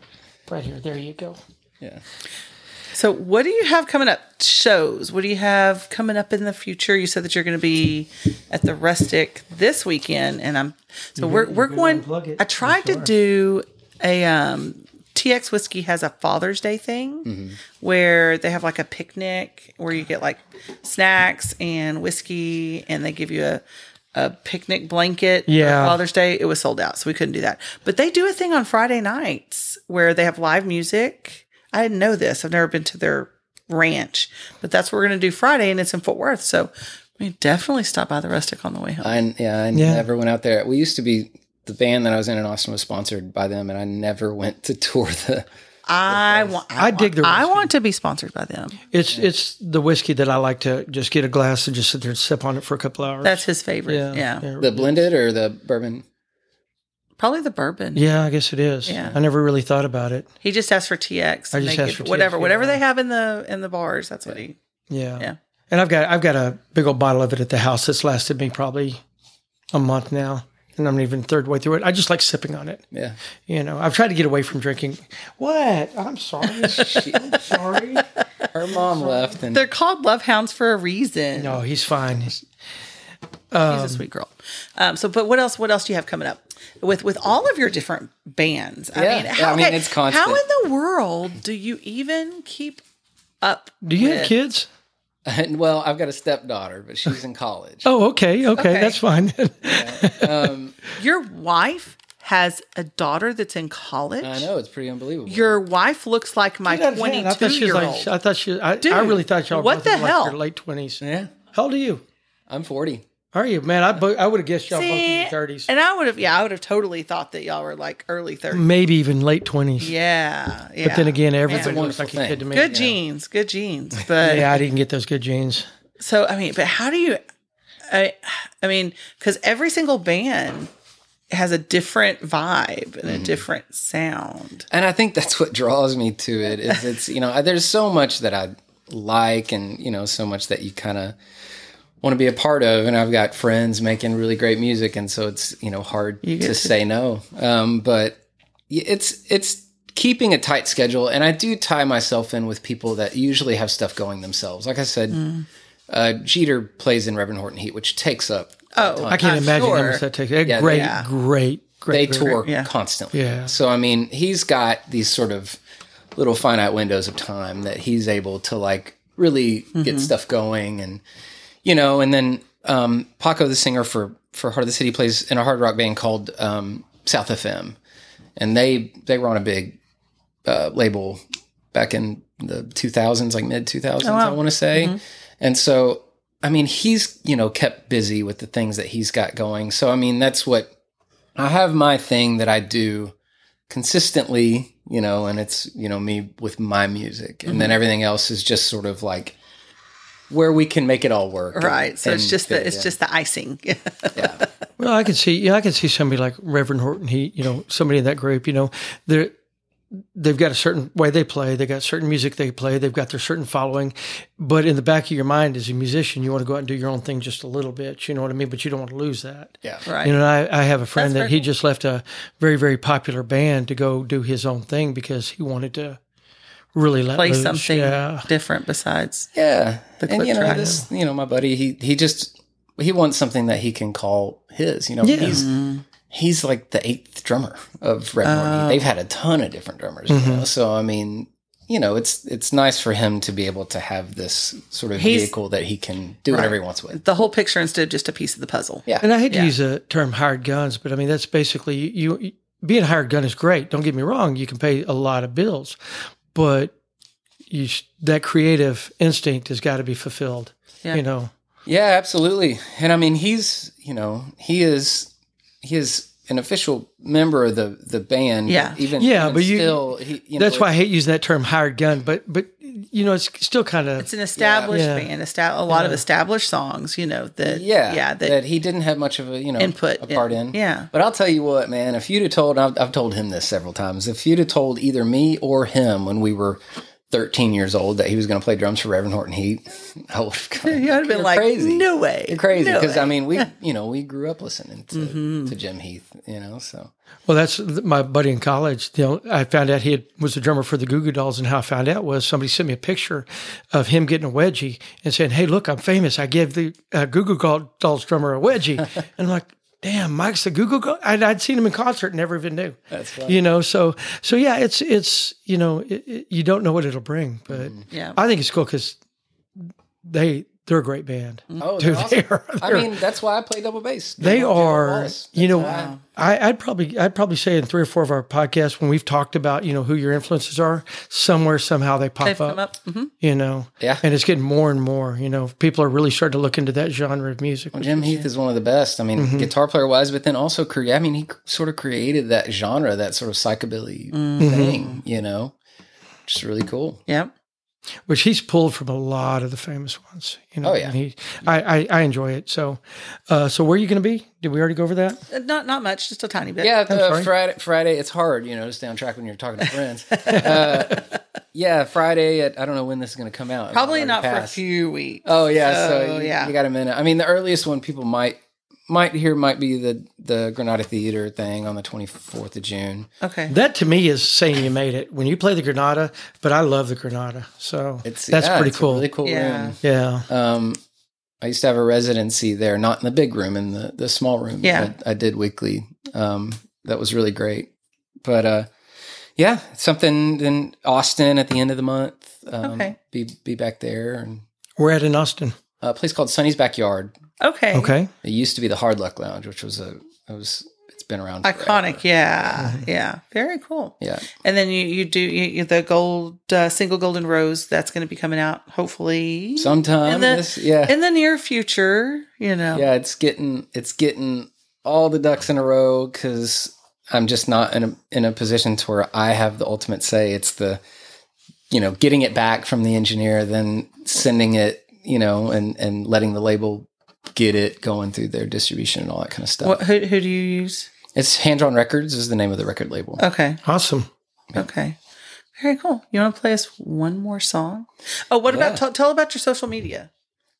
B: Right here. There you go.
C: yeah.
A: So, what do you have coming up? Shows. What do you have coming up in the future? You said that you're going to be at the Rustic this weekend, and I'm so we're we're
B: good
A: going.
B: unplug it.
A: I tried to do a um, TX whiskey has a Father's Day thing
B: Mm-hmm.
A: where they have like a picnic where you get like snacks and whiskey, and they give you a. A picnic blanket for
B: Yeah.
A: Father's Day. It was sold out, so we couldn't do that. But they do a thing on Friday nights where they have live music. I didn't know this. I've never been to their ranch, but that's what we're going to do Friday, and it's in Fort Worth. So we definitely stop by the rustic on the way home.
C: I yeah, I never went out there. We used to be the band that I was in in Austin was sponsored by them, and I never went to tour the.
A: I, want. I,
B: I dig
A: want-
B: the
A: I
B: whiskey.
A: want to be sponsored by them.
B: It's it's the whiskey that I like to just get a glass and just sit there and sip on it for a couple hours.
A: That's his favorite. Yeah,
C: The blended or the bourbon?
A: probably the bourbon.
B: Yeah, I guess it is.
A: Yeah.
B: I never really thought about it.
A: He just asked for TX.
B: I
A: and
B: just
A: they
B: asked
A: give-
B: for TX,
A: whatever,
B: yeah.
A: whatever they have in the in the bars. That's what he.
B: Yeah.
A: Yeah.
B: And I've got I've got a big old bottle of it at the house that's lasted me probably a month now. And I'm not even third way through it. I just like sipping on it.
C: Yeah.
B: You know, I've tried to get away from drinking. What? I'm sorry. I'm sorry.
C: Her mom left, and
A: They're called love hounds for a reason.
B: No, he's fine. He's-
A: She's a sweet girl. Um, so, but what else? What else do you have coming up with with all of your different bands? I
C: Yeah,
A: mean,
C: yeah,
A: how,
C: I mean,
A: okay,
C: it's constant.
A: How in the world do you even keep up?
B: Do you have
A: with-
B: kids?
C: and, well, I've got a stepdaughter, but she's in college.
B: Oh, okay, okay,
A: Okay.
B: that's fine.
A: Your wife has a daughter that's in college.
C: I know it's pretty unbelievable.
A: Your wife looks like my
B: I thought she was
A: twenty-two-year-old.
B: Like, I thought she. I, I really thought y'all.
A: what
B: both were
A: the
B: like
A: hell?
B: your late twenties.
C: yeah,
B: How old are you?
C: I'm 40.
B: Are you man? I bo- I would have guessed y'all both in
A: See,
B: your thirties,
A: and I would have, yeah, I would have totally thought that y'all were like early thirties.
B: maybe even late twenties.
A: Yeah, yeah.
B: Mm. But then again, everybody looks
C: wonderful
B: like a kid
C: thing.
B: to me.
A: good genes, good genes. But
B: Yeah, I didn't get those good genes.
A: So I mean, but how do you? I, I mean, because every single band has a different vibe and
B: Mm-hmm.
A: a different sound.
C: and I think that's what draws me to it. Is it's you know there's so much that I like, and you know so much that you kind of want to be a part of. And I've got friends making really great music, and so it's you know hard to,
A: get to-
C: say no. Um, but y- it's it's keeping a tight schedule, and I do tie myself in with people that usually have stuff going themselves. Like I said, uh, Jeter plays in Reverend Horton Heat, which takes up.
A: Oh,
B: I can't
A: I'm
B: imagine how
A: sure.
B: much that takes. They're
C: Yeah,
B: great,
A: yeah.
B: great,
C: They
B: great, great.
C: tour
A: yeah.
C: constantly.
B: Yeah.
C: So I mean, he's got these sort of little finite windows of time that he's able to like really get stuff going and you know, and then um Paco the singer for for Heart of the City plays in a hard rock band called um South FM. And they they were on a big uh label back in the 2000s, like mid 2000s,
A: Oh,
C: I want to say.
A: Mm-hmm.
C: And so I mean, he's, you know, kept busy with the things that he's got going. So I mean, that's what I have my thing that I do consistently, you know, and it's, you know, me with my music. And
A: Mm-hmm.
C: then everything else is just sort of like where we can make it all work.
A: Right.
C: and-
A: So it's
C: and
A: just the
C: fit it
A: it's
C: in.
A: just the icing.
B: Well, I could see, yeah, I could see somebody like Reverend Horton Heat, you know, somebody in that group, you know, they're, they've got a certain way they play, they got certain music they play, they've got their certain following, but in the back of your mind as a musician, you want to go out and do your own thing just a little bit, you know what I mean? But you don't want to lose that.
C: yeah.
A: right.
B: You know, I, I have a friend
A: That's
B: that
A: very
B: he
A: cool.
B: just left a very, very popular band to go do his own thing because he wanted to really let
A: Play
B: loose.
A: something
B: uh, Yeah.
A: different besides.
C: Yeah. and
A: clip
C: you know,
A: track.
C: this, you know, my buddy, he he just he wants something that he can call his. You know,
B: Yeah.
C: he's he's like the eighth drummer of Red
B: Oh.
C: Hornet. They've had a ton of different drummers.
B: Mm-hmm.
C: You know? So I mean, you know, it's it's nice for him to be able to have this sort of
A: He's-
C: vehicle that he can do whatever he wants with.
A: The whole picture instead of just a piece of the puzzle.
C: Yeah.
B: And I hate
A: Yeah.
B: to use the term hired guns, but I mean that's basically you, you being a hired gun is great. Don't get me wrong; you can pay a lot of bills, but you sh- that creative instinct has got to be fulfilled.
A: Yeah.
B: You know,
C: Yeah, absolutely. And I mean, he's you know he is he is an official member of the the band.
A: Yeah.
C: even
B: Yeah,
C: even
B: but you-
C: still, he, you
B: that's
C: know,
B: why I hate using that term hired gun. But but you know, it's still kind of
A: It's an established
B: Yeah.
A: band, esta- a lot of established songs, you know, that
C: yeah,
A: yeah, that,
C: that, he didn't have much of a you know
A: Input
C: a part
A: in.
C: in.
A: Yeah.
C: but I'll tell you what, man. If you'd have told, I've, I've told him this several times. If you'd have told either me or him when we were 13 years old that he was going to play drums for Reverend Horton Heat, I would have gone,
A: I'd have been
C: "You're
A: like, no way.
C: You're crazy
A: no
C: because
A: way." Mm-hmm.
C: I mean we you know we grew up listening to, to Jim Heath you know so
B: Well, that's th- my buddy in college. The only, I found out he had, was a drummer for the Goo Goo Dolls, and how I found out was somebody sent me a picture of him getting a wedgie and saying, "Hey, look, I'm famous. I gave the uh, Goo Goo Gol- Dolls drummer a wedgie." and I'm like, "Damn, Mike's the Goo Goo." Gol-" I'd, I'd seen him in concert, and never even knew. That's right. You know, so so yeah, it's it's you know it, it, you don't know what it'll bring, but
A: Yeah.
B: I think it's cool because they they're a great band.
A: Mm-hmm.
C: oh
B: Dude,
C: they're awesome.
B: they are-
C: I mean that's why I play double bass
B: They
C: Jim
B: are,
C: Wallace.
B: you know, I, I'd probably, I'd probably say in three or four of our podcasts when we've talked about, you know, who your influences are, somewhere somehow they pop
A: They've
B: up,
A: come up. hmm
B: you know,
C: Yeah.
B: and it's getting more and more. You know, people are really starting to look into that genre of music.
A: Oh,
C: Well, Jim Heath is one of the best. I mean,
A: Mm-hmm.
C: guitar player wise, but then also cre- I mean, he sort of created that genre, that sort of psychobilly
A: Mm-hmm.
C: thing. You know, just really cool.
A: Yep.
B: which he's pulled from a lot of the famous ones. You know,
C: Oh, yeah.
B: and he, I, I, I enjoy it. So, uh, so where are you going to be? Did we already go over that?
A: Uh, Not not much, just a tiny bit.
C: Yeah, uh,
B: sorry.
C: Friday. Friday, it's hard, you know, to stay on track when you're talking to friends. uh, yeah, Friday. At, I don't know when this is going to come out. It
A: Probably
C: might
A: not
C: already
A: for a
C: pass.
A: few weeks.
C: Oh yeah, so,
A: So,
C: you,
A: yeah.
C: you got a minute. I mean, the earliest one people might might hear might be the the Granada Theater thing on the 24th of June.
A: Okay.
B: That to me is saying you made it when you play the Granada, but I love the Granada. So
C: It's
B: that's
C: yeah,
B: pretty
C: it's a
B: cool.
C: really cool
A: Yeah.
C: room.
B: yeah.
C: Um, I used to have a residency there, not in the big room, in the, the small room.
A: Yeah.
C: that I, did weekly. Um, that was really great. But uh, yeah, something in Austin at the end of the month. Um,
A: Okay.
C: Be be back there and uh,
B: We're at in Austin.
C: a place called Sunny's Backyard.
A: Okay.
B: Okay.
C: It used to be the Hard Luck Lounge, which was a it was it's been around forever.
A: Iconic. Yeah. Yeah. Very cool.
C: Yeah,
A: And then you you do you, you, the gold uh, single golden rose that's going to be coming out hopefully
C: sometime
A: And the-
C: this, yeah,
A: in the near future. You know.
C: yeah. It's getting it's getting all the ducks in a row because I'm just not in a in a position to where I have the ultimate say. It's the you know getting it back from the engineer, then sending it, you know, and and letting the label get it going through their distribution and all that kind of stuff.
A: What, who who do you use?
C: It's Hand Drawn Records is the name of the record label.
A: Okay.
B: Awesome.
A: Okay. Very cool. You want to play us one more song? Oh, what about tell, tell about your social media?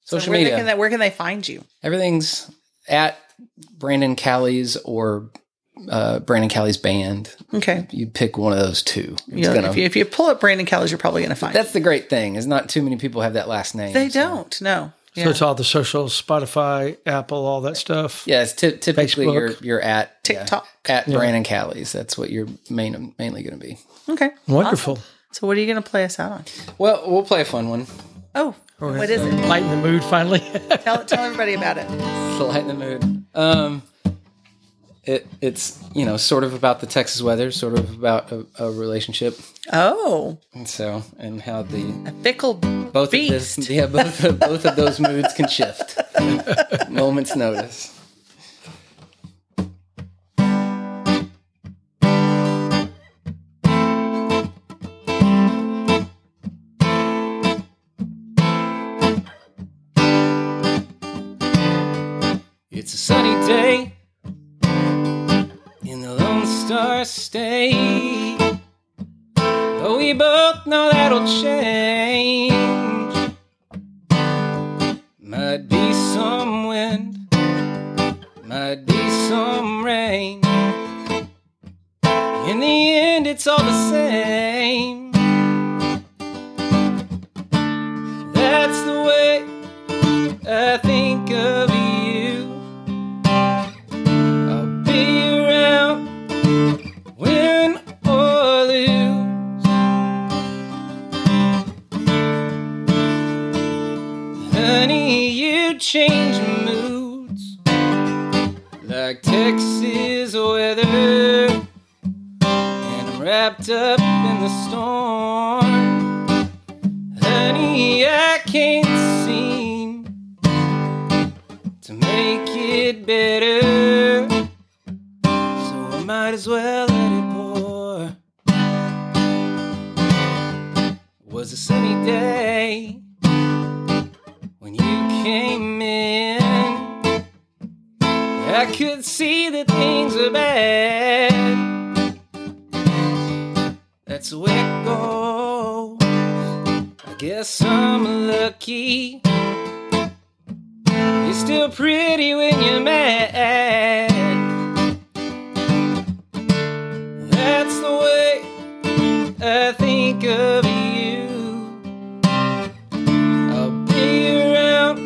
A: So
C: Social
A: where
C: media.
A: They can, where can they find you?
C: Everything's at Brandon Callie's or uh, Brandon Callie's band.
A: Okay.
C: You pick one of those two. It's
A: You know,
C: gonna-
A: if, you, if you pull up Brandon Kelly's, you're probably going to find.
C: That's the great thing is not too many people have that last name.
A: it. they
C: so-
A: don't. No.
B: So
A: Yeah.
B: it's all the social, Spotify, Apple, all that stuff.
C: Yeah, it's ty- typically
B: Facebook.
C: you're you're at yeah,
A: TikTok.
C: at Brandon Callie's. That's what you're main, mainly going to be.
A: Okay.
B: Wonderful.
A: Awesome. So what are you going to play us out on?
C: Well, we'll play a fun one.
A: Oh, what is it?
B: Lighten the mood finally.
A: Tell tell everybody about it.
C: to lighten the mood. Um, it it's you know sort of about the Texas weather, sort of about a, a relationship,
A: Oh,
C: and so and how the
A: fickle
C: both
A: beast.
C: of this yeah both of, both of those moods can shift. Moments notice. It's a sunny day in the Lone Star State. But we both know that'll change. Might be some wind, might be some rain. In the end, it's all the same. That's the way I think of you. I'll be around, win or lose. Honey, you change moods like Texas weather, and I'm wrapped up in the storm. Honey, I can't seem to make it better. So I might as well let it pour. Was a sunny day when you came in. I could see that things were bad. That's the way it goes. Guess I'm lucky. You're still pretty when you're mad. That's the way I think of you. I'll be around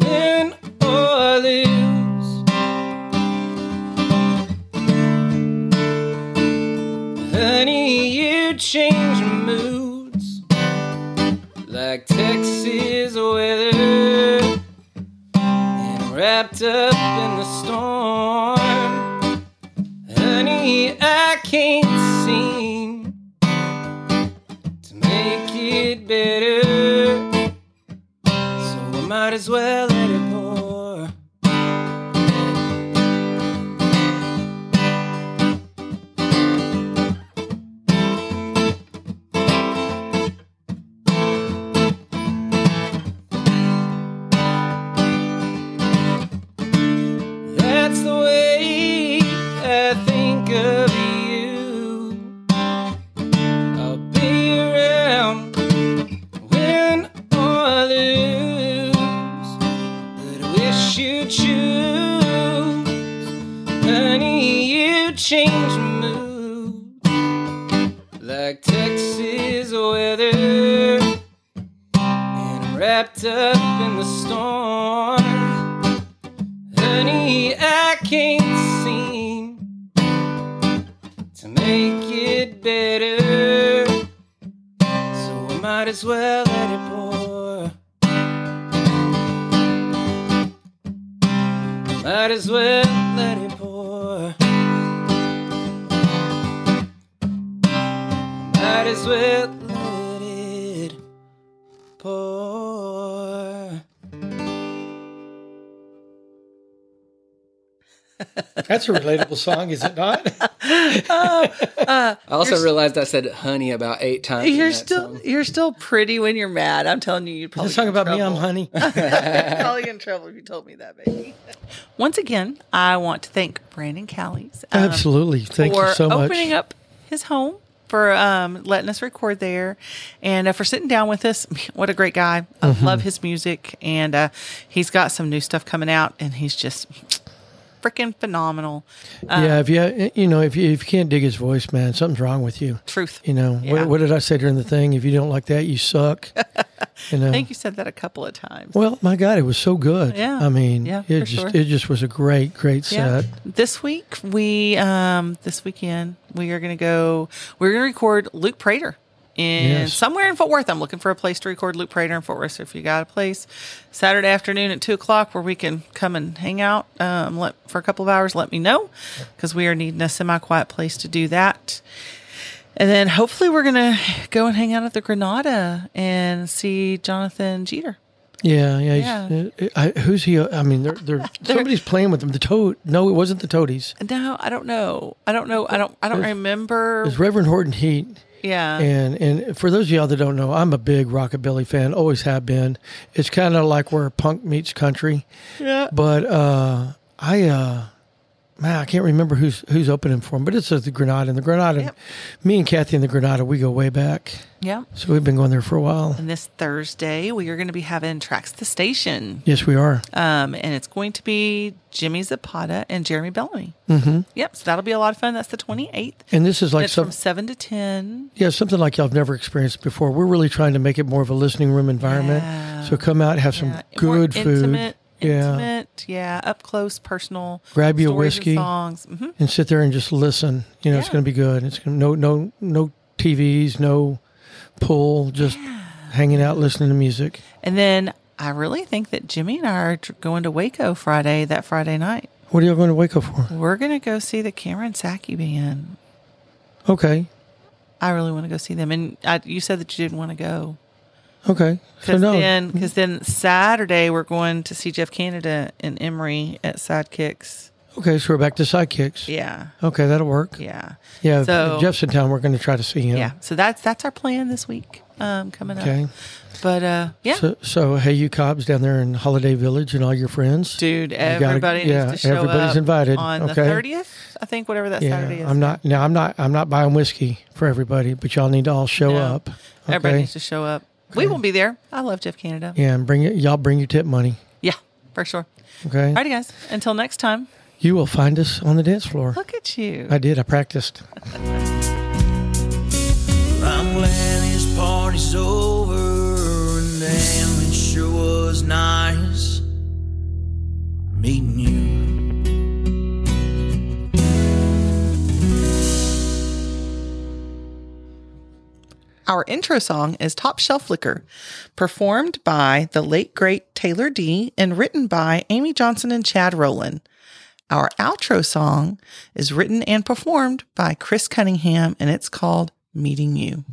C: win or lose. Honey, you change moods like Texas weather. And wrapped up in the storm, honey, I can't seem to make it better. So I might as well let it pour. That's the way I think of you. I'll be around win or lose, but I wish you'd choose. Honey, you change mood like Texas weather, and I'm wrapped up in the storm. Honey, I can't seem to make it better. So I might as well let it pour. Might as well let it pour. Might as well let it pour.
B: That's a relatable song, is it not?
C: I also realized I said honey about eight times. in
A: You're
C: that
A: still
C: song.
A: you're still pretty when you're mad. I'm telling you, you'd probably
B: Let's talk
A: get in
B: about me, I'm
A: trouble. Uh-huh.
B: honey.
A: You'd probably get in trouble if you told me that, baby. Once again, I want to thank Brandon Callies um,
B: Absolutely. Thank
A: for
B: you so much.
A: opening up his home for um, letting us record there and uh, for sitting down with us. What a great guy! I
B: Mm-hmm.
A: love his music, and uh, he's got some new stuff coming out, and he's just freaking phenomenal. uh,
B: yeah, if you you know if you if you can't dig his voice, man, something's wrong with you.
A: Truth.
B: You know
A: Yeah.
B: what, what did I say during the thing? If you don't like that, you suck. You know.
A: I think you said that a couple of times.
B: Well, my God, it was so good.
A: Yeah.
B: I mean,
A: Yeah,
B: it
A: for
B: just
A: sure.
B: it just was a great great set.
A: This week we um this weekend we are gonna go we're gonna record Luke Prater in
B: Yes.
A: somewhere in Fort Worth. I'm looking for a place to record Luke Prater in Fort Worth. So if you got a place Saturday afternoon at two o'clock where we can come and hang out um let for a couple of hours, let me know. Because we are needing a semi quiet place to do that. And then hopefully we're gonna go and hang out at the Granada and see Jonathan Jeter.
B: Yeah, yeah. he's- uh, I, who's he? I mean, they're, they're, somebody's playing with them. The toad? No, it wasn't the toadies.
A: No, I don't know. I don't know. I don't I don't remember.
B: It was Reverend Horton Heat.
A: Yeah.
B: And and for those of y'all that don't know, I'm a big rockabilly fan. Always have been. It's kind of like where punk meets country.
A: yeah.
B: But uh, I, uh, man, I can't remember who's who's opening for him. But it's at the Granada. And the Granada,
A: Yep.
B: me and Kathy and the Granada, we go way back.
A: Yeah.
B: So we've been going there for a while.
A: And this Thursday, we are going to be having Tracks the Station.
B: Yes, we are.
A: Um, and it's going to be Jimmy Zapata and Jeremy Bellamy. Mm-hmm. Yep. So that'll be a lot of fun. That's the 28th.
B: And this is like
A: It's
B: some
A: from 7 to 10.
B: Yeah, something like y'all have never experienced before. We're really trying to make it more of a listening room environment.
A: Yeah.
B: So come out, have some
A: Yeah. More
B: good food.
A: Intimate.
B: yeah.
A: Intimate. Yeah. Up close, personal.
B: Grab you a
A: stories and
B: whiskey.
A: songs. hmm
B: And sit there and just listen. You know, it's
A: Yeah.
B: going to be good. It's gonna, no no no TVs, no pull, just hanging out listening to music.
A: And then I really think that Jimmy and I are tr- going to Waco Friday, that Friday night.
B: What are y'all going to Waco for?
A: We're going to go see the Cameron Sackey Band.
B: Okay.
A: I really want to go see them. And I, you said that you didn't want to go.
B: Okay. So
A: Because
B: no.
A: then, because then Saturday we're going to see Jeff Canada and Emery at Sidekicks.
B: okay, so we're back to sidekicks.
A: Yeah,
B: Okay, that'll work.
A: yeah,
B: Yeah, if
A: So-
B: Jeff's in town. We're going to try to see him.
A: yeah. So that's that's our plan this week. um, coming
B: Okay.
A: up. But uh, yeah,
B: So, so hey, you cops down there in Holiday Village and all your friends.
A: dude,
B: gotta-
A: everybody
B: yeah,
A: needs to show
B: everybody's
A: up
B: invited,
A: on the
B: okay?
A: thirtieth. I think whatever that Saturday is.
B: I'm not. No, I'm not. I'm not buying whiskey for everybody, but y'all need to all show
A: No.
B: up.
A: Everybody needs to show up. We will be there. I love Jeff Canada. Yeah,
B: yeah, and bring it. Y'all bring your tip money.
A: for sure.
B: Okay.
A: Alrighty, guys. Until next time.
B: You will find us on the dance floor.
A: Look at you.
B: I did. I practiced.
D: I'm glad this party's over, and damn, it sure was nice meeting you.
A: Our intro song is Top Shelf Liquor, performed by the late great Taylor D and written by Amy Johnson and Chad Rowland. Our outro song is written and performed by Chris Cunningham and it's called Meeting You.